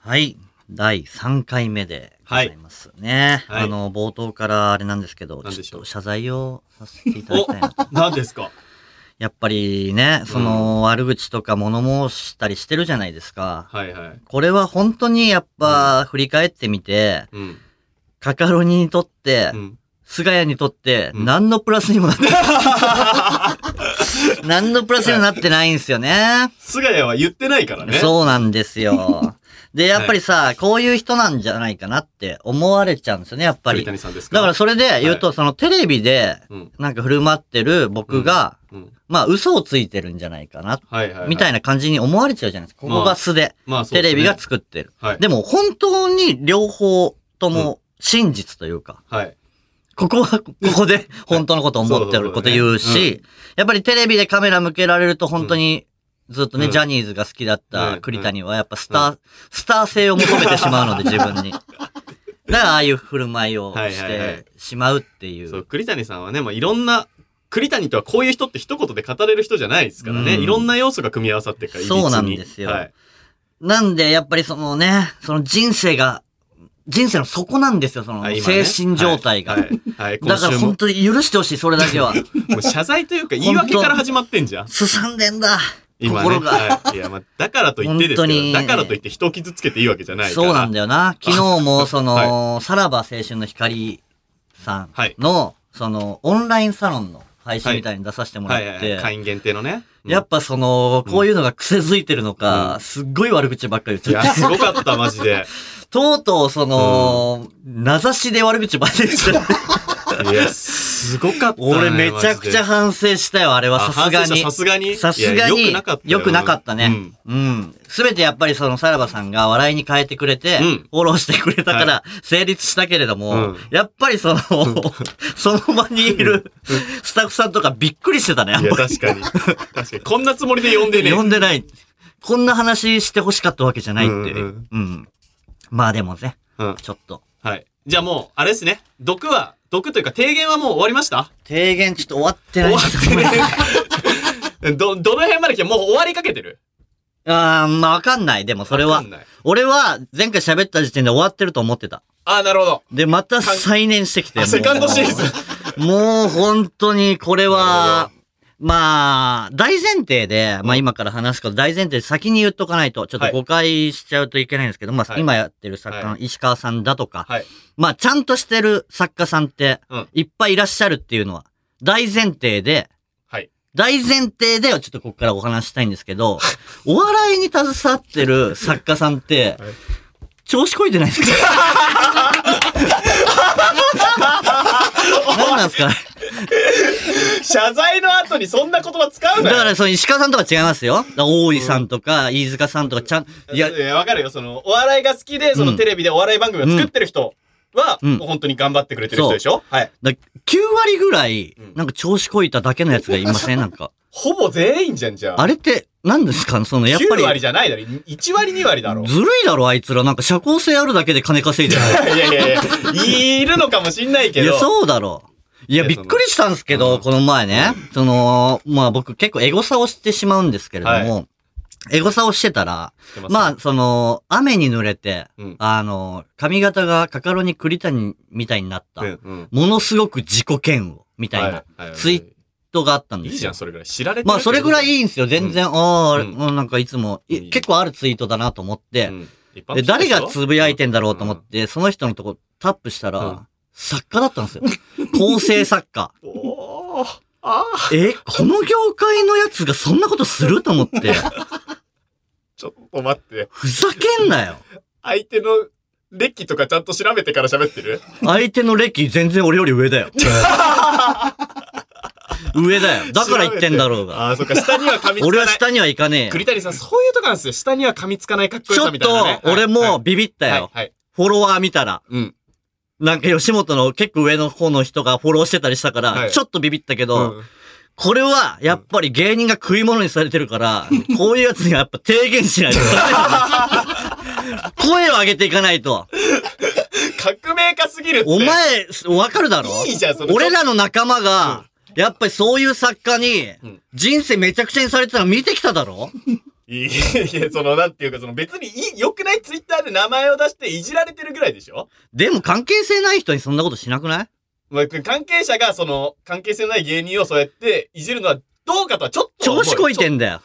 はい。第3回目でございますね。はいはあいの、冒頭からあれなんですけど、何でちしょょっうと謝罪をさせていただきたいなと。お、何ですか やっぱりね、その、悪口とか物申したりしてるじゃないですか。はいはい。これは本当にやっぱ、振り返ってみて、うん。カカロニにとってう、ん。菅谷にとって、うん何のプラスにもな って、何のプラスにもなってないんですよね。菅谷は言ってないからね。そうなんですよ。で、やっぱり さ、こういう人なんじゃないかなって思われちゃうんですよね、やっぱり。鳥谷さんですかだからそれで言うと、そのテレビで、うん。なんか振る舞ってる僕が、うん。まあ嘘をついてるんじゃないかな、はいはい、はい。みたいな。な感じに思われちゃうじゃないですか。ここが素で、まあそうテですねレビが作ってる。はい。でも本当に両方とも真実というか、はい。ここは、ここで本当のこと思ってること言うそうそうそうし、やっぱりテレビでカメラ向けられると本当に、ずっとね、うんジャニーズが好きだっうたん栗谷は、やっぱスター、スター性を求めてしまうので、自 分に。だから、ああいう振る舞いをはいしはいはいてしまうっていう。そう、栗谷さんはね、まあいろんな、栗谷とはこういう人って一言で語れる人じゃないですからね。うんいろんな要素が組み合わさってるから、そうなんいびつにですよはい。なんで、やっぱりそのね、その人生が、人生の底なんですよ、そのはい今精ね神状態が。はい。はいはい 今だから週も本。当に許してほしい、それだけは。 もう謝罪というか言い訳から始まってんじゃん。すさんでんだ。今ね。心がはい。いや、まあ、だからと言ってです本け当にど、だからと言って人を傷つけていいわけじゃないから。そうなんだよ な。昨日も、その、はさらば青春の光さんはいの、その、オンラインサロンの配信みたいに出させてもらっはて、いはいはい。会員限定のね。うんやっぱその、こういうのが癖づいてるのか、うんすっごい悪口ばっかりい言っちゃっや、て、すごかった、マ ジで。とうとうその、名指しで悪口ばっかり言っ ちゃって、いや、すごかったね。俺めちゃくちゃマ反省したよ、あれジではさすがにあ反省したさ。すがに。さすがいやに良くなかった、よ良くなかったね。うん。すべてやっぱりそのさらばさんが笑いに変えてくれて、うんフォローしてくれたから成立したけれども、うんやっぱり その、その場にいるスタッフさんとかびっくりしてたね、やうっんいや、ぱ確かに。確かに。こんなつもりで呼んでり。ね。呼んでない。こんな話して欲しかったわけじゃないっていう。ううんんまあでもね、うん。ちょっと。はい。じゃあもう、あれですね。毒は、毒というか、提言はもう終わりました提言ちょっと終わってない終わってね。 ど、どの辺まで来てもう終わりかけてるあー、まあわかんない。でもそれわはかん。ない俺は前回喋った時点で終わってると思ってた。あ、なるほど。で、また再燃してきて。あセカンドシリーズ。もう本当にこれなは、まあ、大前提で、まあ今から話すこと、大前提で先に言っとかないと、ちょっはとい誤解しちゃうといけないんですけど、まあはい今やってる作家の石川さんだとか、はい。まあちゃんとしてる作家さんってうん、いっぱいいらっしゃるっていうのは、大前提で、 はい。大前提ではちょっとここからお話ししたいんですけ ど、お笑いに携わってる作家さんってはい、調子こいてない ですか何なんですかね謝罪の後にそんな言葉使うなだよ。から、その石川さんとか違いますよ。だから大井さんとか、飯塚さんとか、ちゃん、いいやや、、いやわかるよ。その、お笑いが好きで、そうのんテレビでお笑い番組を作ってる人は、うんもう本当に頑張ってくれてる人でしょはい。だ9割ぐらいうん、なんか調子こいただけのやつがいませ んなんか。ほぼ全員じゃん、じゃあ。あれって、何ですかその、やっぱ9り、割じゃないだろ。1割、2割だろ。ずるいだろ、あいつら。なんか社交性あるだけで金稼いでる。いやいやいや、いるのかもしんないけいど。や、そうだろう。いや、いびやっくりしたんですけど、うんこの前ね、その、まあ僕結構エゴサをしてしまうんですけれども、エゴサをしてたら、知ってすまあ、、その、雨に濡れて、うんあの、髪型がカカロニ栗谷みたいになった、うんうん。ものすごく自己嫌悪みたいなはいはいツイー人があったんでいいすじゃよん、。それぐらい。知られてるまあ、それぐらいいい。いんですよ。全然、ああ、うんうんなんかいつも、いうん結構あるツイートだなと思って、うん一般ので、人で誰しょがつぶやいてんだろうと思って、その人のとこタップしたら、うん作家だったんですよ。構成作 家。うんおーあーえ、この業界のやつがそんなことすると思って、ちょっと待って。ふざけんなよ。相手の歴とかちゃんと調べてから喋ってる相手の歴全然俺より上 だよ。上だよ。だから言ってんだろうが。ああ、そっか、下には噛みつかない。俺は下には行かねえよ。栗谷さん、そういうとこなんですよ。下には噛みつかないかっこちよょさっみたいな、ね。と、俺もビビったはい、よ。はい、はい。フォロワー見たら。うん。なんか吉本の結構上の方の人がフォローしてたりしたから、はいちょっとビビったけうど、んこれはやっぱり芸人が食い物にされてるから、こういうやつにはやっぱ提言しないと ダメだ声を上げていかないと。革命家すぎるって。お前、わかるだろいいじゃん、それ。俺らの仲間が、やっぱりそういう作家にうん、人生めちゃくちゃにされてたの見てきただろいやいや、その、なんていうか、その別にいい、良くないツイッターで名前を出していじられてるぐらいでしょでも関係性ない人にそんなことしなくないまあ、関係者が、その、関係性のない芸人をそうやっていじるのはどうかとはちょっと思調う。子こいてちょんだよ。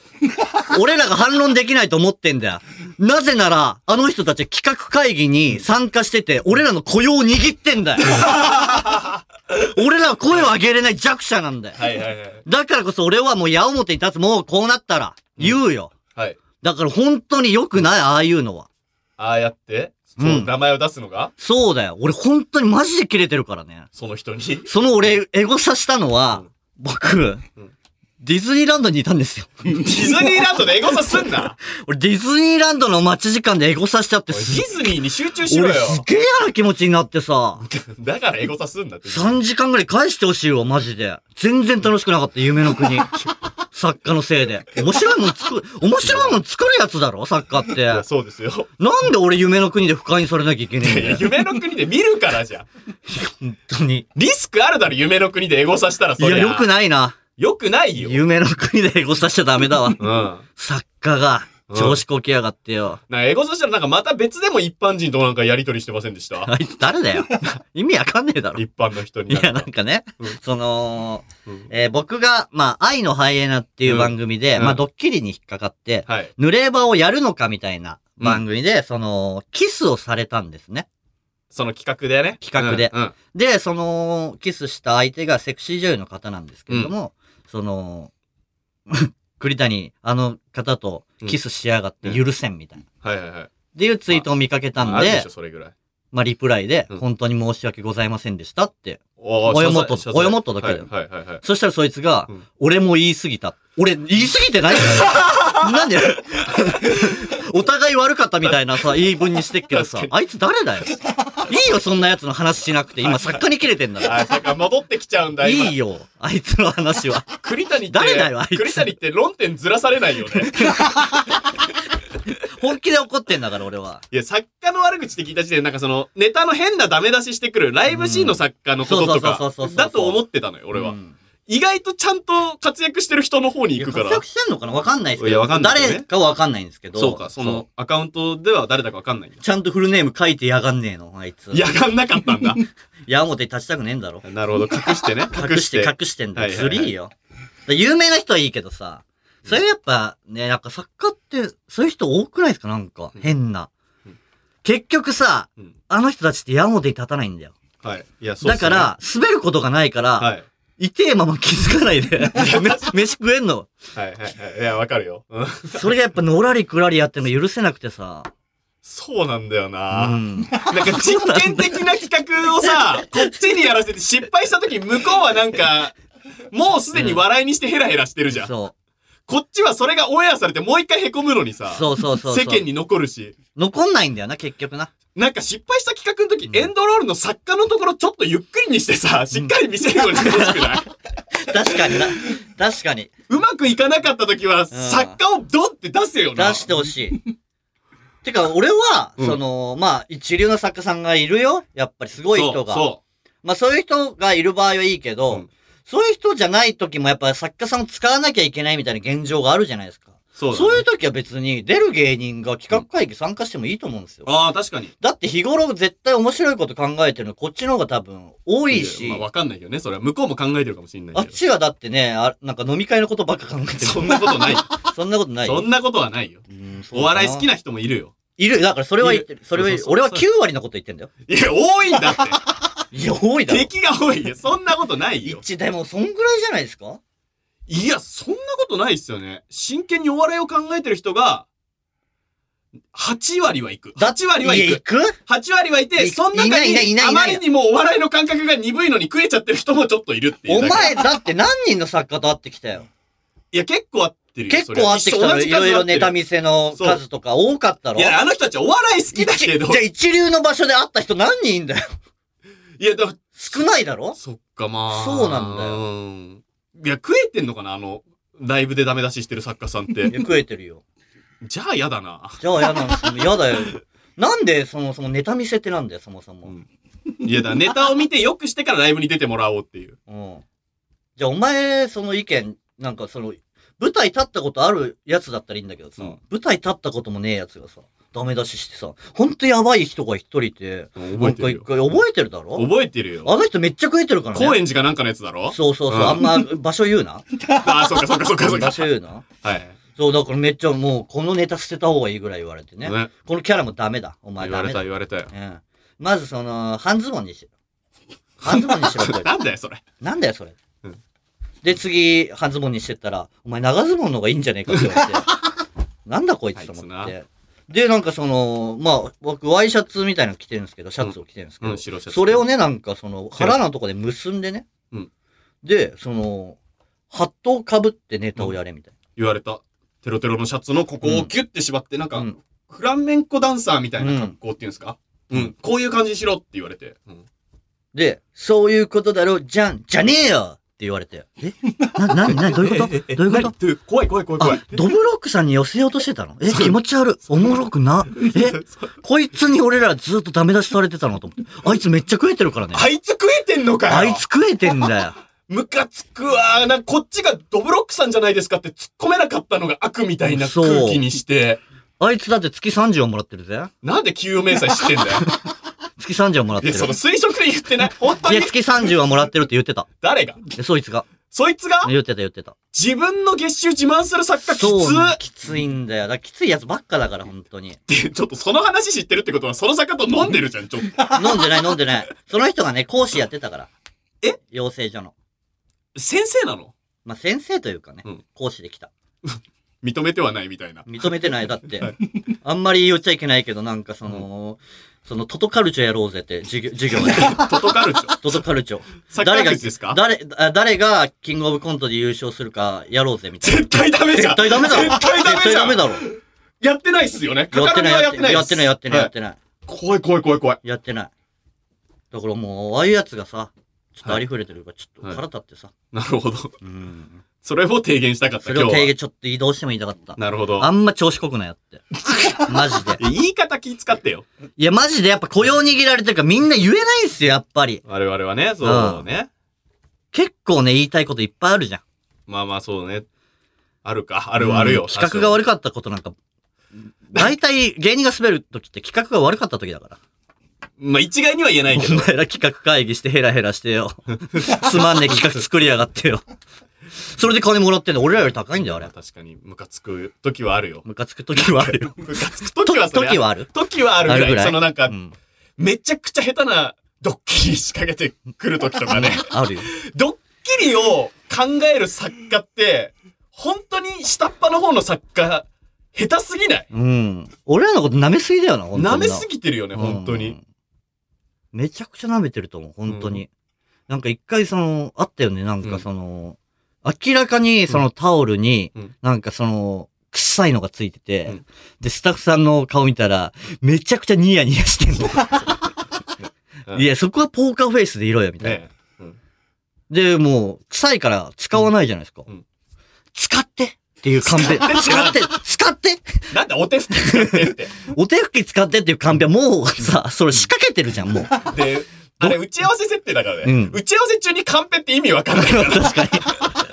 俺らが反論できないと思ってんだよ。なぜなら、あの人たち企画会議に参加してて、俺らの雇用を握って んだよ。俺らは声を上げれない弱者なんだよ。はいはいはい。だからこそ俺はもう矢面に立つ、もうこうなったら言うよ。はい。だから本当に良くない、ああいうのは。ああやって、そうのん名前を出すのが、そうだよ。俺本当にマジでキレてるからね。その人に。その俺、エゴさしたのは、僕ん、ディズニーランドにいたんですよ。ディズニーランドでエゴサすんな俺ディズニーランドの待ち時間でエゴさしちゃっておいデすィズニーに集中しろよ俺。すげえ嫌な気持ちになってさ、だからエゴサすんだって。 3時間ぐらい返してほしいわ、マジで。全然楽しくなかった、夢の 国。作家のせいで。面白いもん作る、面白いもん作るやつだろ、作家って。いやそうですよ。なんで俺夢の国で不快にされなきゃいけねえんいだやよ。 夢の国で見るからじゃん。本当に。リスクあるだろ、夢の国でエゴサしたらいそりゃ。や、よくないな。よくないよ。夢の国でエゴさしちゃダメだわ。うん。なん作家が調子こきやがってよ。かエゴサしたらなんかまた別でも一般人となんかやりとりしてませんでしたあいつ誰 だよ。意味わかんねえだろ。い一般の人に。や、なんかねうん、その、うんえー僕が、まあ、愛のハイエナっていう番組で、うんまうあ、んドッキリに引っかかって、はい。濡れ場をやるのかみたいな番組で、その、キスをされたんですね。その企画でね。企画でうん。うんで、その、キスした相手がセクシー女優の方なんですけれども、その、 栗谷、あの方とキスしやがって許せんみたいな。っはいはいはい。ていうツイートを見かけたんあるででしょ、、それぐらい。まあ、リプライでうん、本当に申し訳ございませんでしたって。おおよもっと謝罪謝罪およもっとだけだよはいはいはいはい。そしたらそいつが、うん俺も言い過ぎた。俺、言い過ぎて ないよなんで お互い悪かったみたいなさ、言い分にしてっけどさ確、あいつ誰だよいいよ、そんな奴の話しなくて。今、作家に切れてんだかあ、そっか、戻ってきちゃうんだ、ら。今。いいよ、あいつの話は。栗谷って、誰だよあいつ栗谷って論点ずらされないよね。本気で怒ってんだから、俺は。いや、作家の悪口って聞いた時点で、なんかその、ネタの変なダメ出ししてくる、ライブシーンの作家のこととうんそうそかうそうそうそう、だと思ってたのよ、俺は。うん意外とちゃんと活躍してる人の方に行くか活ら。躍してんのかなわかんないですけど。いやわかんないよね誰かわかんないんですけど。そうか、そのアカウントでは誰だかわかんないんだ。ちゃんとフルネーム書いてやがんねえの、あいつ。いや、がんなかった んだ。矢面に立ちたくねえんだろ。なるほど、 隠してね。隠して隠してんだはいよ。はいはずいりーよ。で有名な人はいいけどさ、それやっぱね、なんか作家って、そういう人多くないですかなんか、うん変なうん。結局さ、うんあの人たちって矢面に立たないんだよ。はい。いや、そうっだすかねら、滑ることがないから、はい。痛えまま気づかないで、め 飯食えんの。はいはいはい。いや、わかるよ。うんそれがやっぱのらりくらりやってるの許せなくてさ。そうなんだよな。うん。なんか実験的な企画 をさ、こっちにやらせて失敗した時、向こうはなんか、もうすでに笑いにしてヘラヘラしてるじゃん。そこっちはそれがオンエアされてもう一回凹むのにう。さ、そうそうそうそう。世間に残るし。残んないんだよな、結局な。なんか失敗した企画の時、うんエンドロールの作家のところちょっとゆっくりにしてさ、しっかり見せるようにしてほし くない、確かにな。確かに。うまくいかなかった時は、作家をドンって出せよな。出してほしい。てか、俺は、うんその、まあ、一流の作家さんがいるよ。やっぱりすごい人が。そうそうまあ、そういう人がいる場合はいいけど、うんそういう人じゃない時もやっぱり作家さんを使わなきゃいけないみたいな現状があるじゃないですか。そうだねそういう時は別に出る芸人が企画会議参加してもいいと思うんですよ。ああ、確かに。だって日頃絶対面白いこと考えてるのこっちの方が多分多いし、まあ、わかんないよね。それは向こうも考えてるかもしれないあっけど。ちはだってね、あなんか飲み会のことばっか考えてる。そんなことない。そんなことないそんなことはないよ。お笑い好きなな人もいるよ。いる、だからそれは言ってる。それは言うそうそう俺そうは9割のこと言ってんだよ。いや、多いんだっ いや、多いて。だろ。敵が多いよ。そんなことないよ。一、でも、そんぐらいじゃないです かいや、そんなことないっすよね。真剣にお笑いを考えてる人が、8割は行く。8割は家行行く。く8割はいて、いその中いないいに、ないあいなまいりにもお笑いの感覚が鈍いのに食えちゃってる人もちょっといるっていうおだけ。前、だって何人の作家と会ってきたよ。いや、結構合ってるよ。結構会ってきたよ。それいろいろネタい見せの数とか多かったろ。や、あの人たちお笑い好きだけどじゃ。あ一流の場所で会った人何人いんだよ。いや、だか少ないだらろそっか、まあ。そうなんだよよ。いや、食えてんのかなあの、ライブでダメ出ししてる作家さんっいて。や食えてるよ。じゃあ、やだな。じゃあ嫌なんですよ。嫌だよ。なんで、そもそもネタ見せってなんだよ、そもそも。うんいや、だからネタを見てよくしてからライブに出てもらおうっていう。うん。じゃあお前、その意見、なんかその、舞台立ったことあるやつだったらいいんだけどさ、うん舞台立ったこともねえやつがさ、ダメ出ししてさ、ほんとやばい人が一人いて、覚えてるよなんか一回覚えてるだろ覚えてるよ。あの人めっちゃ食えてるからね。高円寺かなんかのやつだろそうそうそう、うんあんま場所言 うな。ああ、そっかそっかそっかそっ場か。所言うな。はい。そう、だからめっちゃもう、このネタ捨てた方がいいぐらい言われてね。ね。このキャラもダメだ。お前言ダわメれだた。言われたよ。うん。まずその、半ズボンにしろ。半ズボンにしろ、これなんだよ、それ。なんだよ、それ。うんで、次、半ズボンにしてったら、お前長ズボンの方がいいんじゃねえかって言わ れて。なんだこいつと思あっいつて。で、なんかその、まあ、僕、ワイシャツみたいなの着てるんですけど、シャツを着てるんですけど、うん、白シャツ。それをね、なんかその、腹のとこで結んでね。うんで、その、ハットをかぶってネタをやれみたい言われた。テロテロのシャツのここをキュッて縛って、なんな。かう、んフランメンコダンサーみたいな格好っていうんですかうんうん。こういう感じにしろって言われて。うんで、そういうことだろ、じゃん、じゃねえよって言われて。えな、なになにどういうこと えええどういうこと何どういう怖い怖い怖い怖いあ。、ドブロックさんに寄せようとしてたのえ、気持ち悪い。おもろくな。え、こいつに俺らずっとダメ出しされてたのと思って。あいつめっちゃ食えてるからね。 あいつ食えてんのかよあいつ食えてんだよ。ムカつくわなんかこっちがドブロックさんじゃないですかって突っ込めなかったのが悪みたいなそう空気にして、あいつだって月30はもらってるぜ。なんで給与明細知ってんだよ。月30はもらっいてや、る。その推測で言ってない。本当いにや、月30はもらってるって言ってた。誰がでそいつが。そいつが言ってた言ってた。自分の月収自慢する作家きつそう、きついんだよ。だからきついやつばっかだから、本当に。って、ちょっとその話知ってるってことは、その作家と飲んでるじゃん、ちょっと。飲んでない飲んでない。その人がね、講師やってたから。え養成所の。先生なのまあ、先生というかね、うん講師できた。認めてはないみたいな。認めてない。だってはい、あんまり言っちゃいけないけど、なんかその、その、トトカルチョやろうぜって、授業、授 業で。トトカルチョ。トトカルチョ。作誰家が口ですか誰、あ誰がキングオブコントで優勝するかやろうぜ、みたいな。絶対ダメじゃ絶ん対ダメだろ。絶対ダメ絶じゃダんメだろ。やってないっすよね。やってない、カやカロっニてはない、ややっっててなないい、やっっすてない、はやいってない。怖い怖い怖い怖い。やってない。だからもう、ああいうやつがさ、ちょっとありふれてるから、ちょっはとい腹立ってさ。なるほど。うん。それを提言したかった、そ今れを提日言ちょっと移動しても言いたかったは。。なるほど。あんま調子こくなよって。マジで。言い方気使ってよ。いや、マジでやっぱ雇用握られてるからみんな言えないんすよ、やっぱり。我々はね、そうね。結構ね、言いたいこといっぱいあるじゃん。まあまあそうね。あるか。あるうんはあるよ。企画が悪い。かったことなんか、大体芸人が滑るときって企画が悪かったときだから。まあ一概には言えないけおど。前ら企画会議してヘラヘラしてよ。 つまんねえ企画作りやがってよ。それで金もらってんの俺らより高いんだよ、あれまあ。確かに、ムカつく時はあるよ。ムカつくときはあるよ。ムカつく時は それ時はある時はあるあるぐぐららい。いそのなんうか、ん。めちゃくちゃ下手なドッキリ仕掛けてくる時とかね。あるよ。ドッキリを考える作家って、本当に下っ端の方の作家、下手すぎないうん。俺らのこと舐めすぎだよな、本当に。舐めすぎてるよね、本当うに。ん。めちゃくちゃ舐めてると思う、本当に。なんか一回その、あったよね、なんうんかその、明らかにそのタオルにうん、なんかその、臭いのがついてて、うんで、スタッフさんの顔見たら、めちゃくちゃニヤニヤしてん うの。んいや、そこはポーカーフェイスでいろよ、みたいな。ねで、もう、臭いから使わないじゃないですか。うんうん使ってっていうカン ペ。使って、使ってえなんだお手拭き使ってって。お手拭き使ってっていうカンペはもうさ、それ仕掛けてるじゃん、もう。 で、あれ打ち合わせ設定だからね。うん打ち合わせ中にカンペって意味わかんないから。確かに。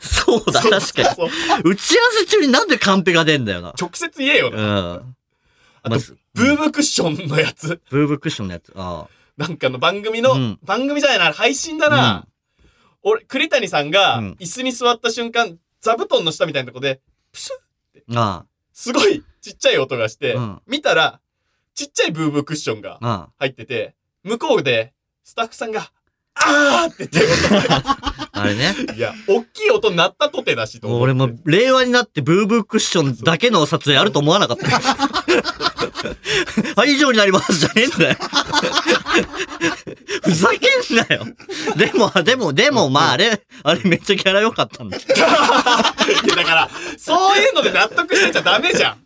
そうだ、確かに。そう打ち合わせ中になんでカンペが出んだよな。直接言えようん。な。まあと、ず、ブームクッションのやつ。 ブーブクッションのやつ。あなんかの番組の、うん番組じゃないな、配信だあ。な。俺、栗谷さんがうん椅子に座った瞬間、座布団の下みたいなとこで、プシュッうん。あすごいちっちゃい音がして、うん見たら、ちっちゃいブームクッションがあ。あ入ってて、向こうで、スタッフさんが、あーって手をあ。あれ ね。いや、大きい音鳴ったとてだしと思って。俺も、令和になってブーブークッションだけの撮影あると思わなかった。 はい、以上になりますじゃねえんだよ。ふざけんなよ。でも、でも、でも、まあ、あれ、あれめっちゃキャラ良かったんだ。いやだから、そういうので納得してちゃダメじゃん。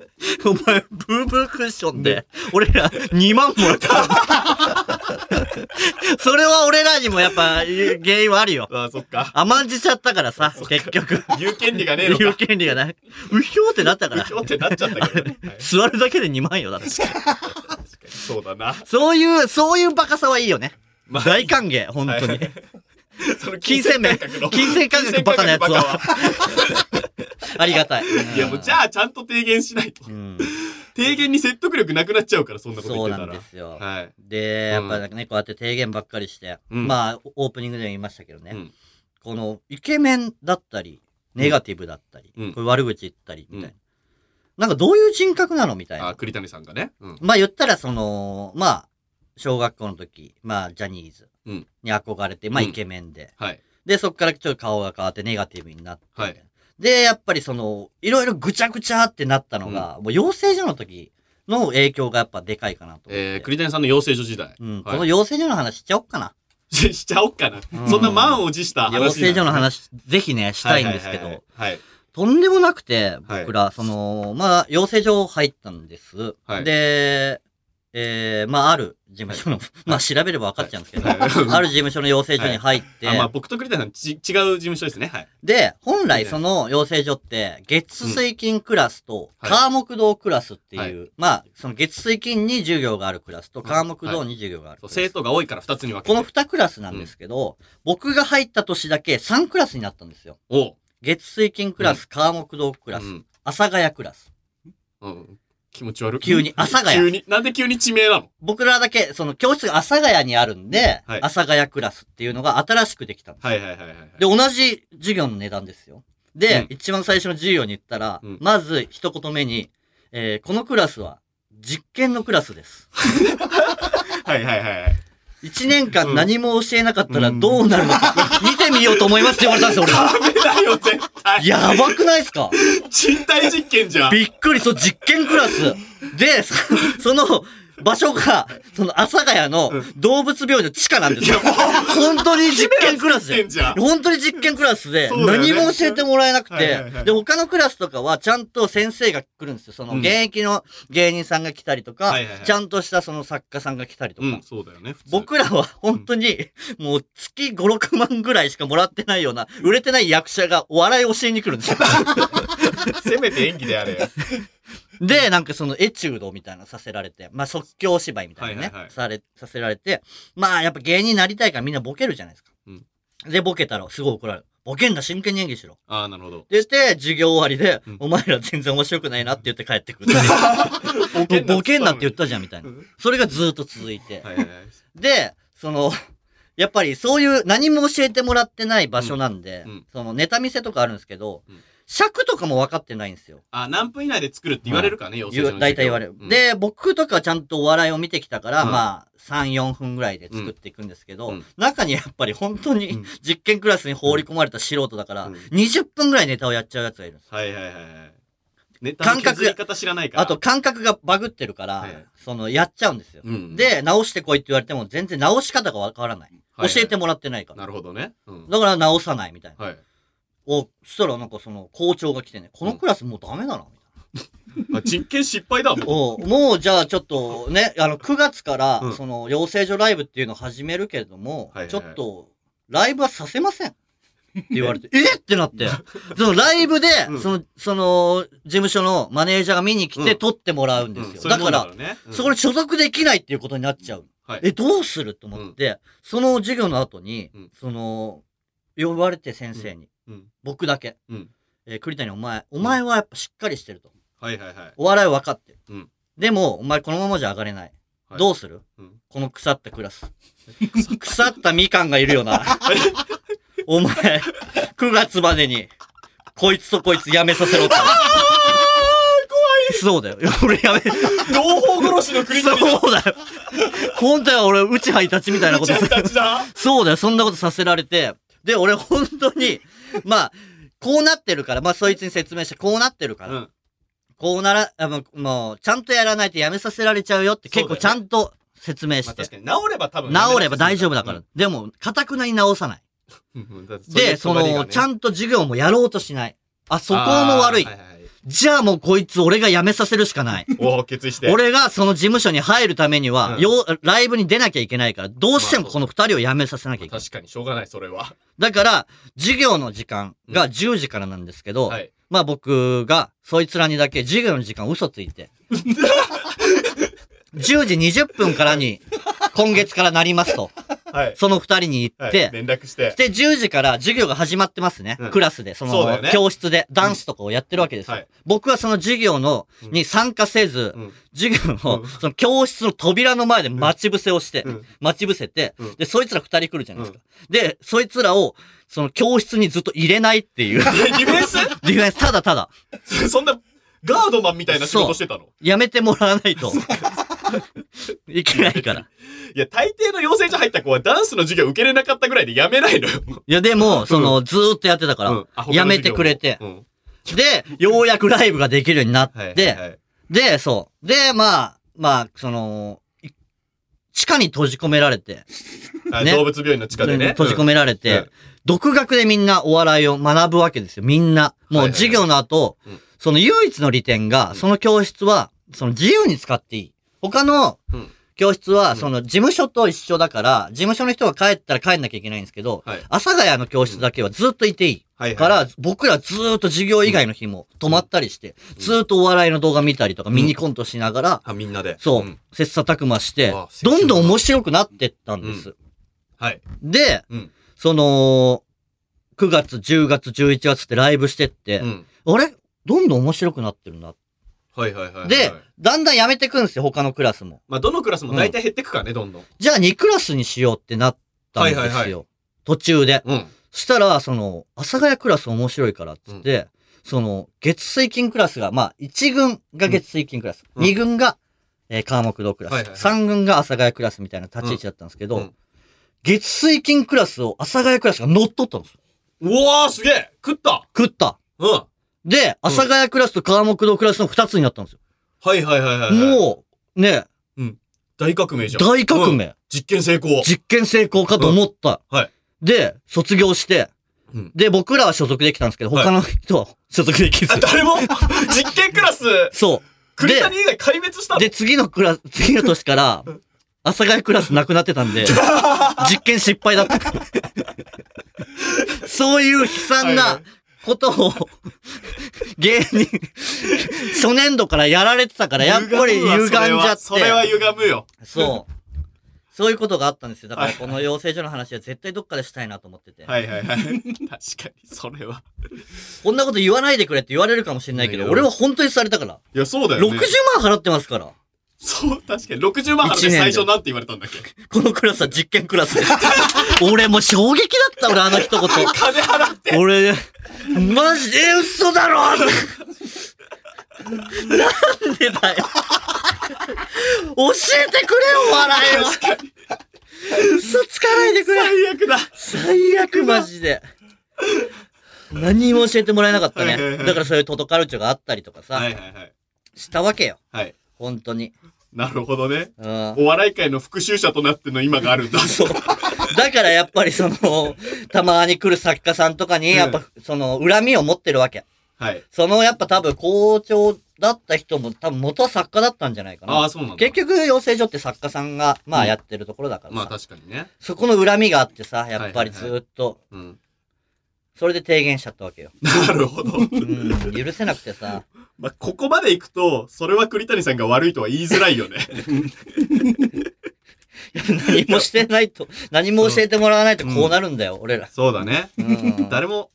お前、ブーブークッションで、俺ら2万もらった。それは俺らにもやっぱ原因は あるよ。ああ、そっか。甘んじちゃったからさ、結局。言う権利がねえの言うか。権利がない。うひょーってなったか不ら。況 ってなっちゃったけどね。はい座るだけで2万よ、だって。確かにそう だな。そういう、そういうバカさはいいよね。まあ大歓迎、本当はにい。その金銭面、感覚の金銭感覚バカなやつは。ありがたい。いやもうじゃあちゃんと提言しないとう。ん、提言に説得力なくなっちゃうから、そんなこと言そっうてなたんらで。すよ。はい。で、うやんっぱね、こうやって提言ばっかりして、うんまあ、オープニングでも言いましたけどね、うんこの、イケメンだったり、ネガティブだったり、うんこれ悪口言ったり、みたいな、うなんかどういう人格なのみたいなあ、。栗谷さんがね。うん。まあ言ったら、その、まあ、小学校の時、まあ、ジャニーズうんに憧れて、まあ、うんイケメンで。はい。で、そっからちょっと顔が変わって、ネガティブになって。はいで、やっぱりその、いろいろぐちゃぐちゃってなったのが、もう養成所の時の影響がやっぱでかいかなと思って。えー、栗谷さんの養成所時代。 うん、はこいの養成所の話しちゃおっかな。ししちゃおっかなう。んそんな満を持した話。養成所の。話、ぜひね、したいんですけはいど、。はい。とんでもなくて、はい僕ら、その、まあ、養成所入ったんです。はいで、えー、まあ、ある事務所の、 まあ、調べれば分かっちゃうんですけど、はいはいある事務所の養成所に入って、あまあ、僕と栗谷さんち違う事務所ですね。はい。で、本来その養成所って、月水金クラスと、うん科目堂クラスっていう、はいまあ、その月水金に授業があるクラスと、うん科目堂に授業があるクそラうス。生徒が多いから二つに分けて。この2クラスなんですけど、僕が入った年だけ3クラスになったんですよ。おう月水金クラス、科目堂クうラス、ん。阿佐ヶ谷クラス。うん。気持ち悪い。急に阿佐ヶ谷急に。なんで急に地名なの僕らだけ、その教室が阿佐ヶ谷にあるんで、はい阿佐ヶ谷クラスっていうのが新しくできたんです。はいはいはいはいはい。で、同じ授業の値段ですよ。で、うん一番最初の授業に行ったら、うんまず一言目に、えーこのクラスは実験のクラスです。はいはいはいはい。一年間何も教えなかったらうんどうなるの か、見てみようと思いますって言われたんですよ、俺は。ダメだよ、絶 対。やばくないですか賃貸実験じゃん。びっくり、そう、実験クラス。で、そその、場所が、その、阿佐ヶ谷の動物病院の地下なんですよ。本当に実験クラス作ってんで。じゃん。本当に実験クラスで、そうだよね何も教えてもらえなくはいはいては、いで、他のクラスとかはちゃんと先生が来るんですよ。その、うん現役の芸人さんが来たりとかはいはいは、いちゃんとしたその作家さんが来たりとうかん、。そうだよね、普通。僕らは本当に、もう月5、6万ぐらいしかもらってないような、売れてない役者がお笑いを教えに来るん ですよ。せめて演技であれ。で、なんかそのエチュードみたいなのさせられて、まあ即興芝居みたいなね、はいはいはいされ、させられて、まあやっぱ芸人になりたいからみんなボケるじゃないですか。うんで、ボケたらすごい怒られる。ボケんな、真剣に演技しろ。 ああ、なるほど。って言って、授業終わりで、うんお前ら全然面白くないなって言って帰ってくる。ボケんなって言ったじゃんみたいな。それがずーっと続いて。はいはいはい。で、その、やっぱりそういう何も教えてもらってない場所なんで、うんうんそのネタ見せとかあるんですけど、うん尺とかも分かってないんですよ。あ、何分以内で作るって言われるからね、要す言るう大体言われる、、で僕とかはちゃんとお笑いを見てきたから、うんまあ34分ぐらいで作っていくんですけど、うんうん中にやっぱり本当うにん実験クラスに放り込まれた素人だから、うん20分ぐらいネタをやっちゃうやつがいるんですはいはいはいはい。ネタの感覚削り方知らないから。あと、感覚がバグってるから、はいはいそのやっちゃうんですよ、うん、で直してこいって言われても全然直し方がわからない、はいはい教えてもらってないからなるほどね。うん。だから直さないみたいな、はい。おそしたらなんかその校長が来てねこのクラスもうダメだなみたいな、あ実験失敗だもん。おうもうじゃあちょっとね、あの、9月からう、んその、養成所ライブっていうのを始めるけれども、はいはいちょっと、ライブはさせません。って言わ れて、えってなって、そのライブで、うんその、その、事務所のマネージャーが見に来てうん撮ってもらうんうでんすよ。そういだうもかんら、ね。うんそこに所属できないっていうことになっちゃう。はい。え、どうすると思って、その授業の後にうん、その、呼ばれて先生に、うん僕だけ、うんえー栗谷お前、お前はやっぱしっかりしてると。はいはいはい。お笑いは分かってる。うんでも、お前このままじゃ上がれない。はいどうする、うんこの腐ったクラス。 腐ったみかんがいるよ な。お前、9月までに、こいつとこいつやめさせろ って。そうだよ。俺やめ、同胞殺しの栗谷の そうだよ。本当は俺、うちはいたちみたいなことちゃんたちだ。 そうだよ、そんなことさせられて。で、俺本当に、まあ、こうなってるから、まあそいつに説明して、こうなってるから、うん。こうなら、あもう、もうちゃんとやらないとやめさせられちゃうよって結構そうちだゃよんと説明ましあて。確かに治れば多分。治れば大丈夫だから。でも、かたくなに治さない。うん。うんだってれで、その、ちゃとんと授業もやろうとしない。あ、そこも悪いあー。はいはいはいじゃあもうこいつ俺が辞めさせるしかない。おお、決意して。俺がその事務所に入るためには、うんようライブに出なきゃいけないから、どうしてもこの二人を辞めさせなきゃいけない。確かにしょうがない、それは。だから、授業の時間が10時からなんですけど、はい。まあ僕が、そいつらにだけ授業の時間嘘つい て、10時20分からに、今月からなりますと。はいその二人に行っはいて、連絡して。で、10時から授業が始まってますね。うんクラスで、そそうだのよね教室でダンスとかをやってるわけですよ。はい僕はその授業の、うんに参加せず、うん授業の、うんその教室の扉の前で待ち伏せをして、うん待ち伏せて、うんで、そいつら二人来るじゃないですか。で、そいつらを、その教室にずっと入れないっていう、 デディフェンスィフェンス、ただただ、そんな、ガードマンみたいな仕事してたのやめてもらわない と、いけないから。いや、大抵の養成所入った子はダンスの授業受けれなかったぐらいでやめないのよ。いや、でも、その、ずーっとやってたから、うんあ他の授業もやめてくれてう、んで、ようやくライブができるようになって、はいはいはいで、そう。で、まあ、まあ、その、い地下に閉じ込められて、あね動物病院の地下でね。閉じ込められて、うん独学でみんなお笑いを学ぶわけですよ、みんな。もはういはいはい授業の後、うんその唯一の利点が、んその教室は、その自由に使っていい。他のうん教室うは、んその事務所と一緒だから、事務所の人が帰ったら帰んなきゃいけないんですけど、はい阿佐ヶ谷の教室だけはずっといていい。うん。はいかはいら、僕らずーっと授業以外の日も泊まったりして、うんずーっとお笑いの動画見たりとか、ミニコントしながら、あ、みんなで。そう、ん切磋琢磨してあ、どんどん面白くなってったんです。はい。で、うんその、9月、10月、11月ってライブしてって、うん。あれどんどん面白くなってるな。はいはいはいはい。で、だんだんやめてくんですよ、他のクラスも。まあ、どのクラスも大体減ってくからね、どんどん。じゃあ2クラスにしようってなったんですよ。はいはいは途中で。うん。そしたら、その、阿佐ヶ谷クラス面白いからって言って、その、月水金クラスが、まあ、1軍が月水金クラス、うん二2軍が、えー、川木堂クラス、は三3いはいはい軍が阿佐ヶ谷クラスみたいな立ち位置だったんですけど、うん月水金クラスを阿佐ヶ谷クラスが乗っ取ったんですよ。うわー、すげえ食った食った。うん。はで、阿佐ヶ谷クラスと川木堂クラスの2つになったんですよ。いはいはいはい。う。もう、ね、大革命じゃん。大革うん。命、実験成功。実験成功かと思った。うんはいで、卒業して、うんで、僕らは所属できたんですけど、はい他の人は所属できずあ、。誰も 実験クラス、そう。栗谷以外壊滅したので、次のクラス、次の年から、阿佐ヶ谷クラスなくなってたん で、実験失敗だった。そういう悲惨はいはないことを、芸人、初年度からやられてたから、やっぱり歪んじゃって。それはそれは歪むよ。そう。そういうことがあったんですよ。だからこの養成所の話は絶対どっかでしたいなと思ってて。はいはいはい。確かに、それは。こんなこと言わないでくれって言われるかもしれないけいど、や俺は本当にされたから。いや、そうだよ60ね。万払ってますから。そう、確かに。60万払って一年で最初なんて言われたんだっけこのクラスは実験クラスです。 俺もう衝撃だった、俺あの一言。金払って。俺、マジで嘘だろなんでだよ。教えてくれよ、笑いは。確かに。嘘つかないでくれ。最 悪だ。最悪、マジで。何も教えてもらえなかったはいはいね。はいだからそういうトトカルチョがあったりとかはさ、いはいはい。したわけよ。はい。本当に。なるほどね。うん。お笑い界の復讐者となっての今があ るんだ。そう。だからやっぱりその、たまに来る作家さんとかに、やっぱその、恨みを持ってるわけ。はい。そのやっぱ多分校長だった人も多分元は作家だったんじゃないかあなあ、。そうなんだ。結局養成所って作家さんが、まうあんやってるところだからさ、まあ確かにね。そこの恨みがあってさ、やっぱりはいずはいはーっと、うん。 それで提言しちゃったわけよ。なるほど。うん、許せなくてさ。まあ、ここまで行くと、それは栗谷さんが悪いとは言いづらいよね。やっぱ 何もしてないと、何も教えてもらわないとこうなるんだよ、俺ら。 そうだね。うん誰も、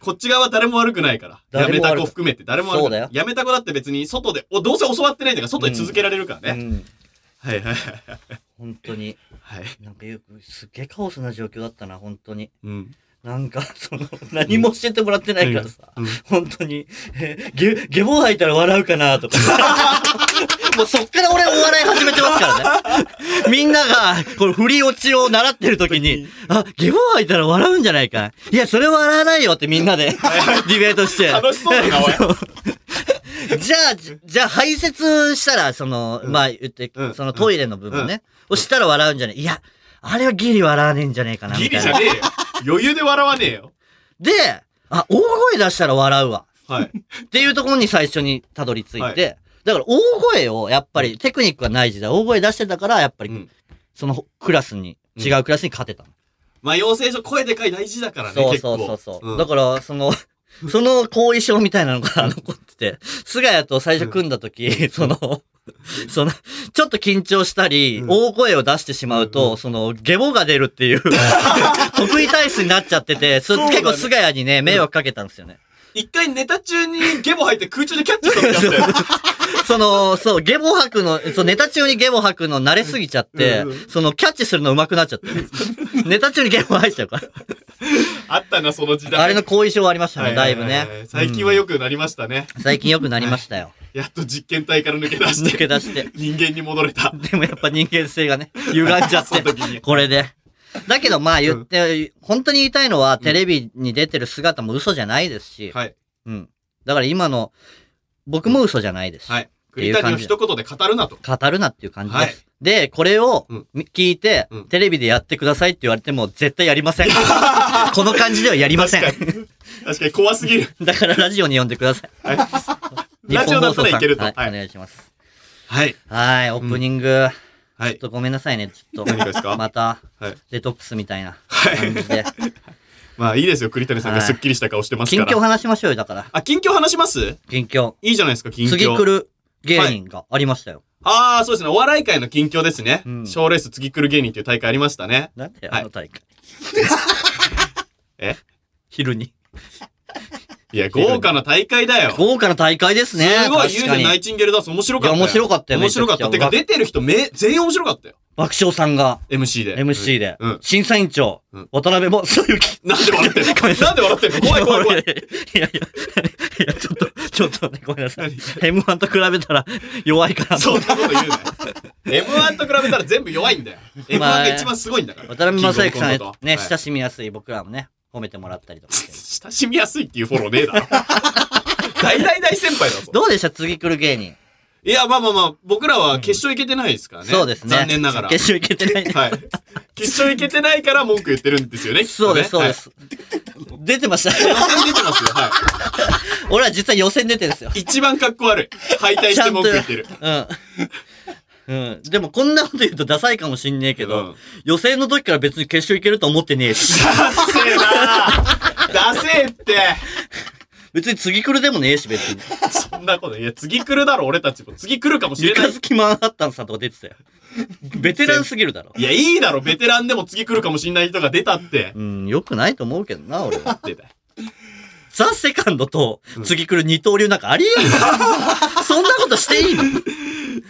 こっち側は誰も悪くないから。や誰めも悪くた子含めて誰も悪そくうだないよ。やめた子だって別に外で、おどうせ教わってないんだから外で続けられるからうね。ん。はいはいはいはい。本当に。はい。なんかよく、すっげえカオスな状況だったな、本当に。うん。なんか、その、何も教えてもらってないからさ。うん本当に、えー、げ、下棒吐いたら笑うかな とか。もうそっから俺お笑い始めてますからね。みんなが、この振り落ちを習ってる時に、あ、下棒吐いたら笑うんじゃないか。いや、それ笑わないよってみんなで、ディベートして。楽しそうだなおいそうじゃあ、じじゃあ排泄したら、その、まあ言って、うんそのトイレの部分ね、をしたら笑うんじゃない。いや、あれはギリ笑わねえんじゃねえかな、みギたいリじな。ゃねえよ。余裕で笑わねえよ。で、あ、大声出したら笑うわ。はい。っていうところに最初にたどり着いて、はいだから大声をやっぱりテクニックがない時代、大声出してたから、やっぱうりんそのクラスに、うん違うクラスに勝てたの。まあ、養成所声でかい大事だからね、そう結そ構。うそうそう、んだから、そ の、 その後遺症みたいなのが残ってて、菅谷と最初組んだ時、その、その、ちょっと緊張したり、大声を出してしまうと、その、ゲボが出るっ ていう、得意体質になっちゃってて、そそうだね結構菅谷にね、迷惑かけたんですよね。一回ネタ中にゲボ入って空中でキャッチした時あったよね。その、そう、ゲボ吐くの、そう、ネタ中にゲボ吐くの慣れすぎちゃってうんうん、その、キャッチするの上手くなっちゃ って。ネタ中にゲボ吐いちゃうかあったな、その時代。ら。あれの後遺症はありましたはね、いだはいいぶはいね。最近は良くなりましたね。うん最近良くなりましたよ。やっと実験体から抜け出して。抜け出して。人間に戻れた。でもやっぱ人間性がね、歪んじゃっその時にて、これで。だけどまあ言って、本当に言いたいのは、テレビに出てる姿も嘘じゃないですし、はい。うん。だから今の、僕も嘘じゃないですし、はい。栗谷を一言で語るなと。語るなっていう感じです。はいで、これをうんみ聞いて、うんテレビでやってくださいって言われても絶対やりませ ん。この感じではやりません。確かに。確かに怖すぎる。だからラジオに呼んでください。はい。 ラジオだったらいけると。は、はいおい。願いします。はい。はい、オープニング、ちはょっい。とごめんなさいね、ちょっと。何がですかまた、はいデトックスみたいなはい感 じで。まあいいですよ。栗谷さんがはいスッキリした顔してます近か況ら。話しましょうよ、だから。あ、近況話します近況。いいじゃないですか、近況。次来る芸人がありましたよ。ああ、そうですね。お笑い界の近況ですね。賞、うんーレース次来る芸人という大会ありましたね。なんではいあの大会。え 昼に。いや、豪華な大会だよ。豪華な大会ですね。すごい、ゆう確かでにナイチンゲールダンス面白かったよ。いや面白かったよ面白かった。めてちゃか、くち出てる人、め、全員面白かったよ。爆笑さんが MC で。 MC でうん。審査委員長うん、渡辺も、そういう気。なんで笑ってんのごめんなさいなんで笑ってんの怖い怖い怖い。やいやいや、いや、ちょっと、ちょっと ね、ごめんなさい。M1 と比べたら弱いかなと。そんなこと言うなよ。M1 と比べたら全部弱いんだよ。M1 まあが一番すごいんだから。渡辺正行さんキンねグオブコント、ねはい親しみやすい僕らもね、褒めてもらったりとかして。親しみやすいっていうフォローねえだろ。大大大先輩だぞ。どうでした次来る芸人。いや、まあまあまあ、僕らは決勝行けてないですからね。そうですね。残念ながら。決勝いけてないね。はい。決勝行けてないから文句言ってるんですよね。きっとね そうです、そうで。す。出てました。 はい予選出てますよ。は俺は実は予選出てるんですよ。い。一番格好悪い。敗退して文句言ってる。うん。うん。でもこんなこと言うとダサいかもしんねえけど、うん予選の時から別に決勝いけると思ってねえし、ダセえなダセえって。別に次来るでもねえし別に。そんなこと。いや、次来るだろ、俺たちも。次来るかもしれ三ない日。月マンハッタンさんとか出てたよ。ベテランすぎるだろ。 いや、いいだろ、ベテランでも次来るかもしれない人が出たってう。ん、よくないと思うけどな、俺 は。出た。ザ・セカンドと次来る二刀流なんかありえんのそんなことしていいのい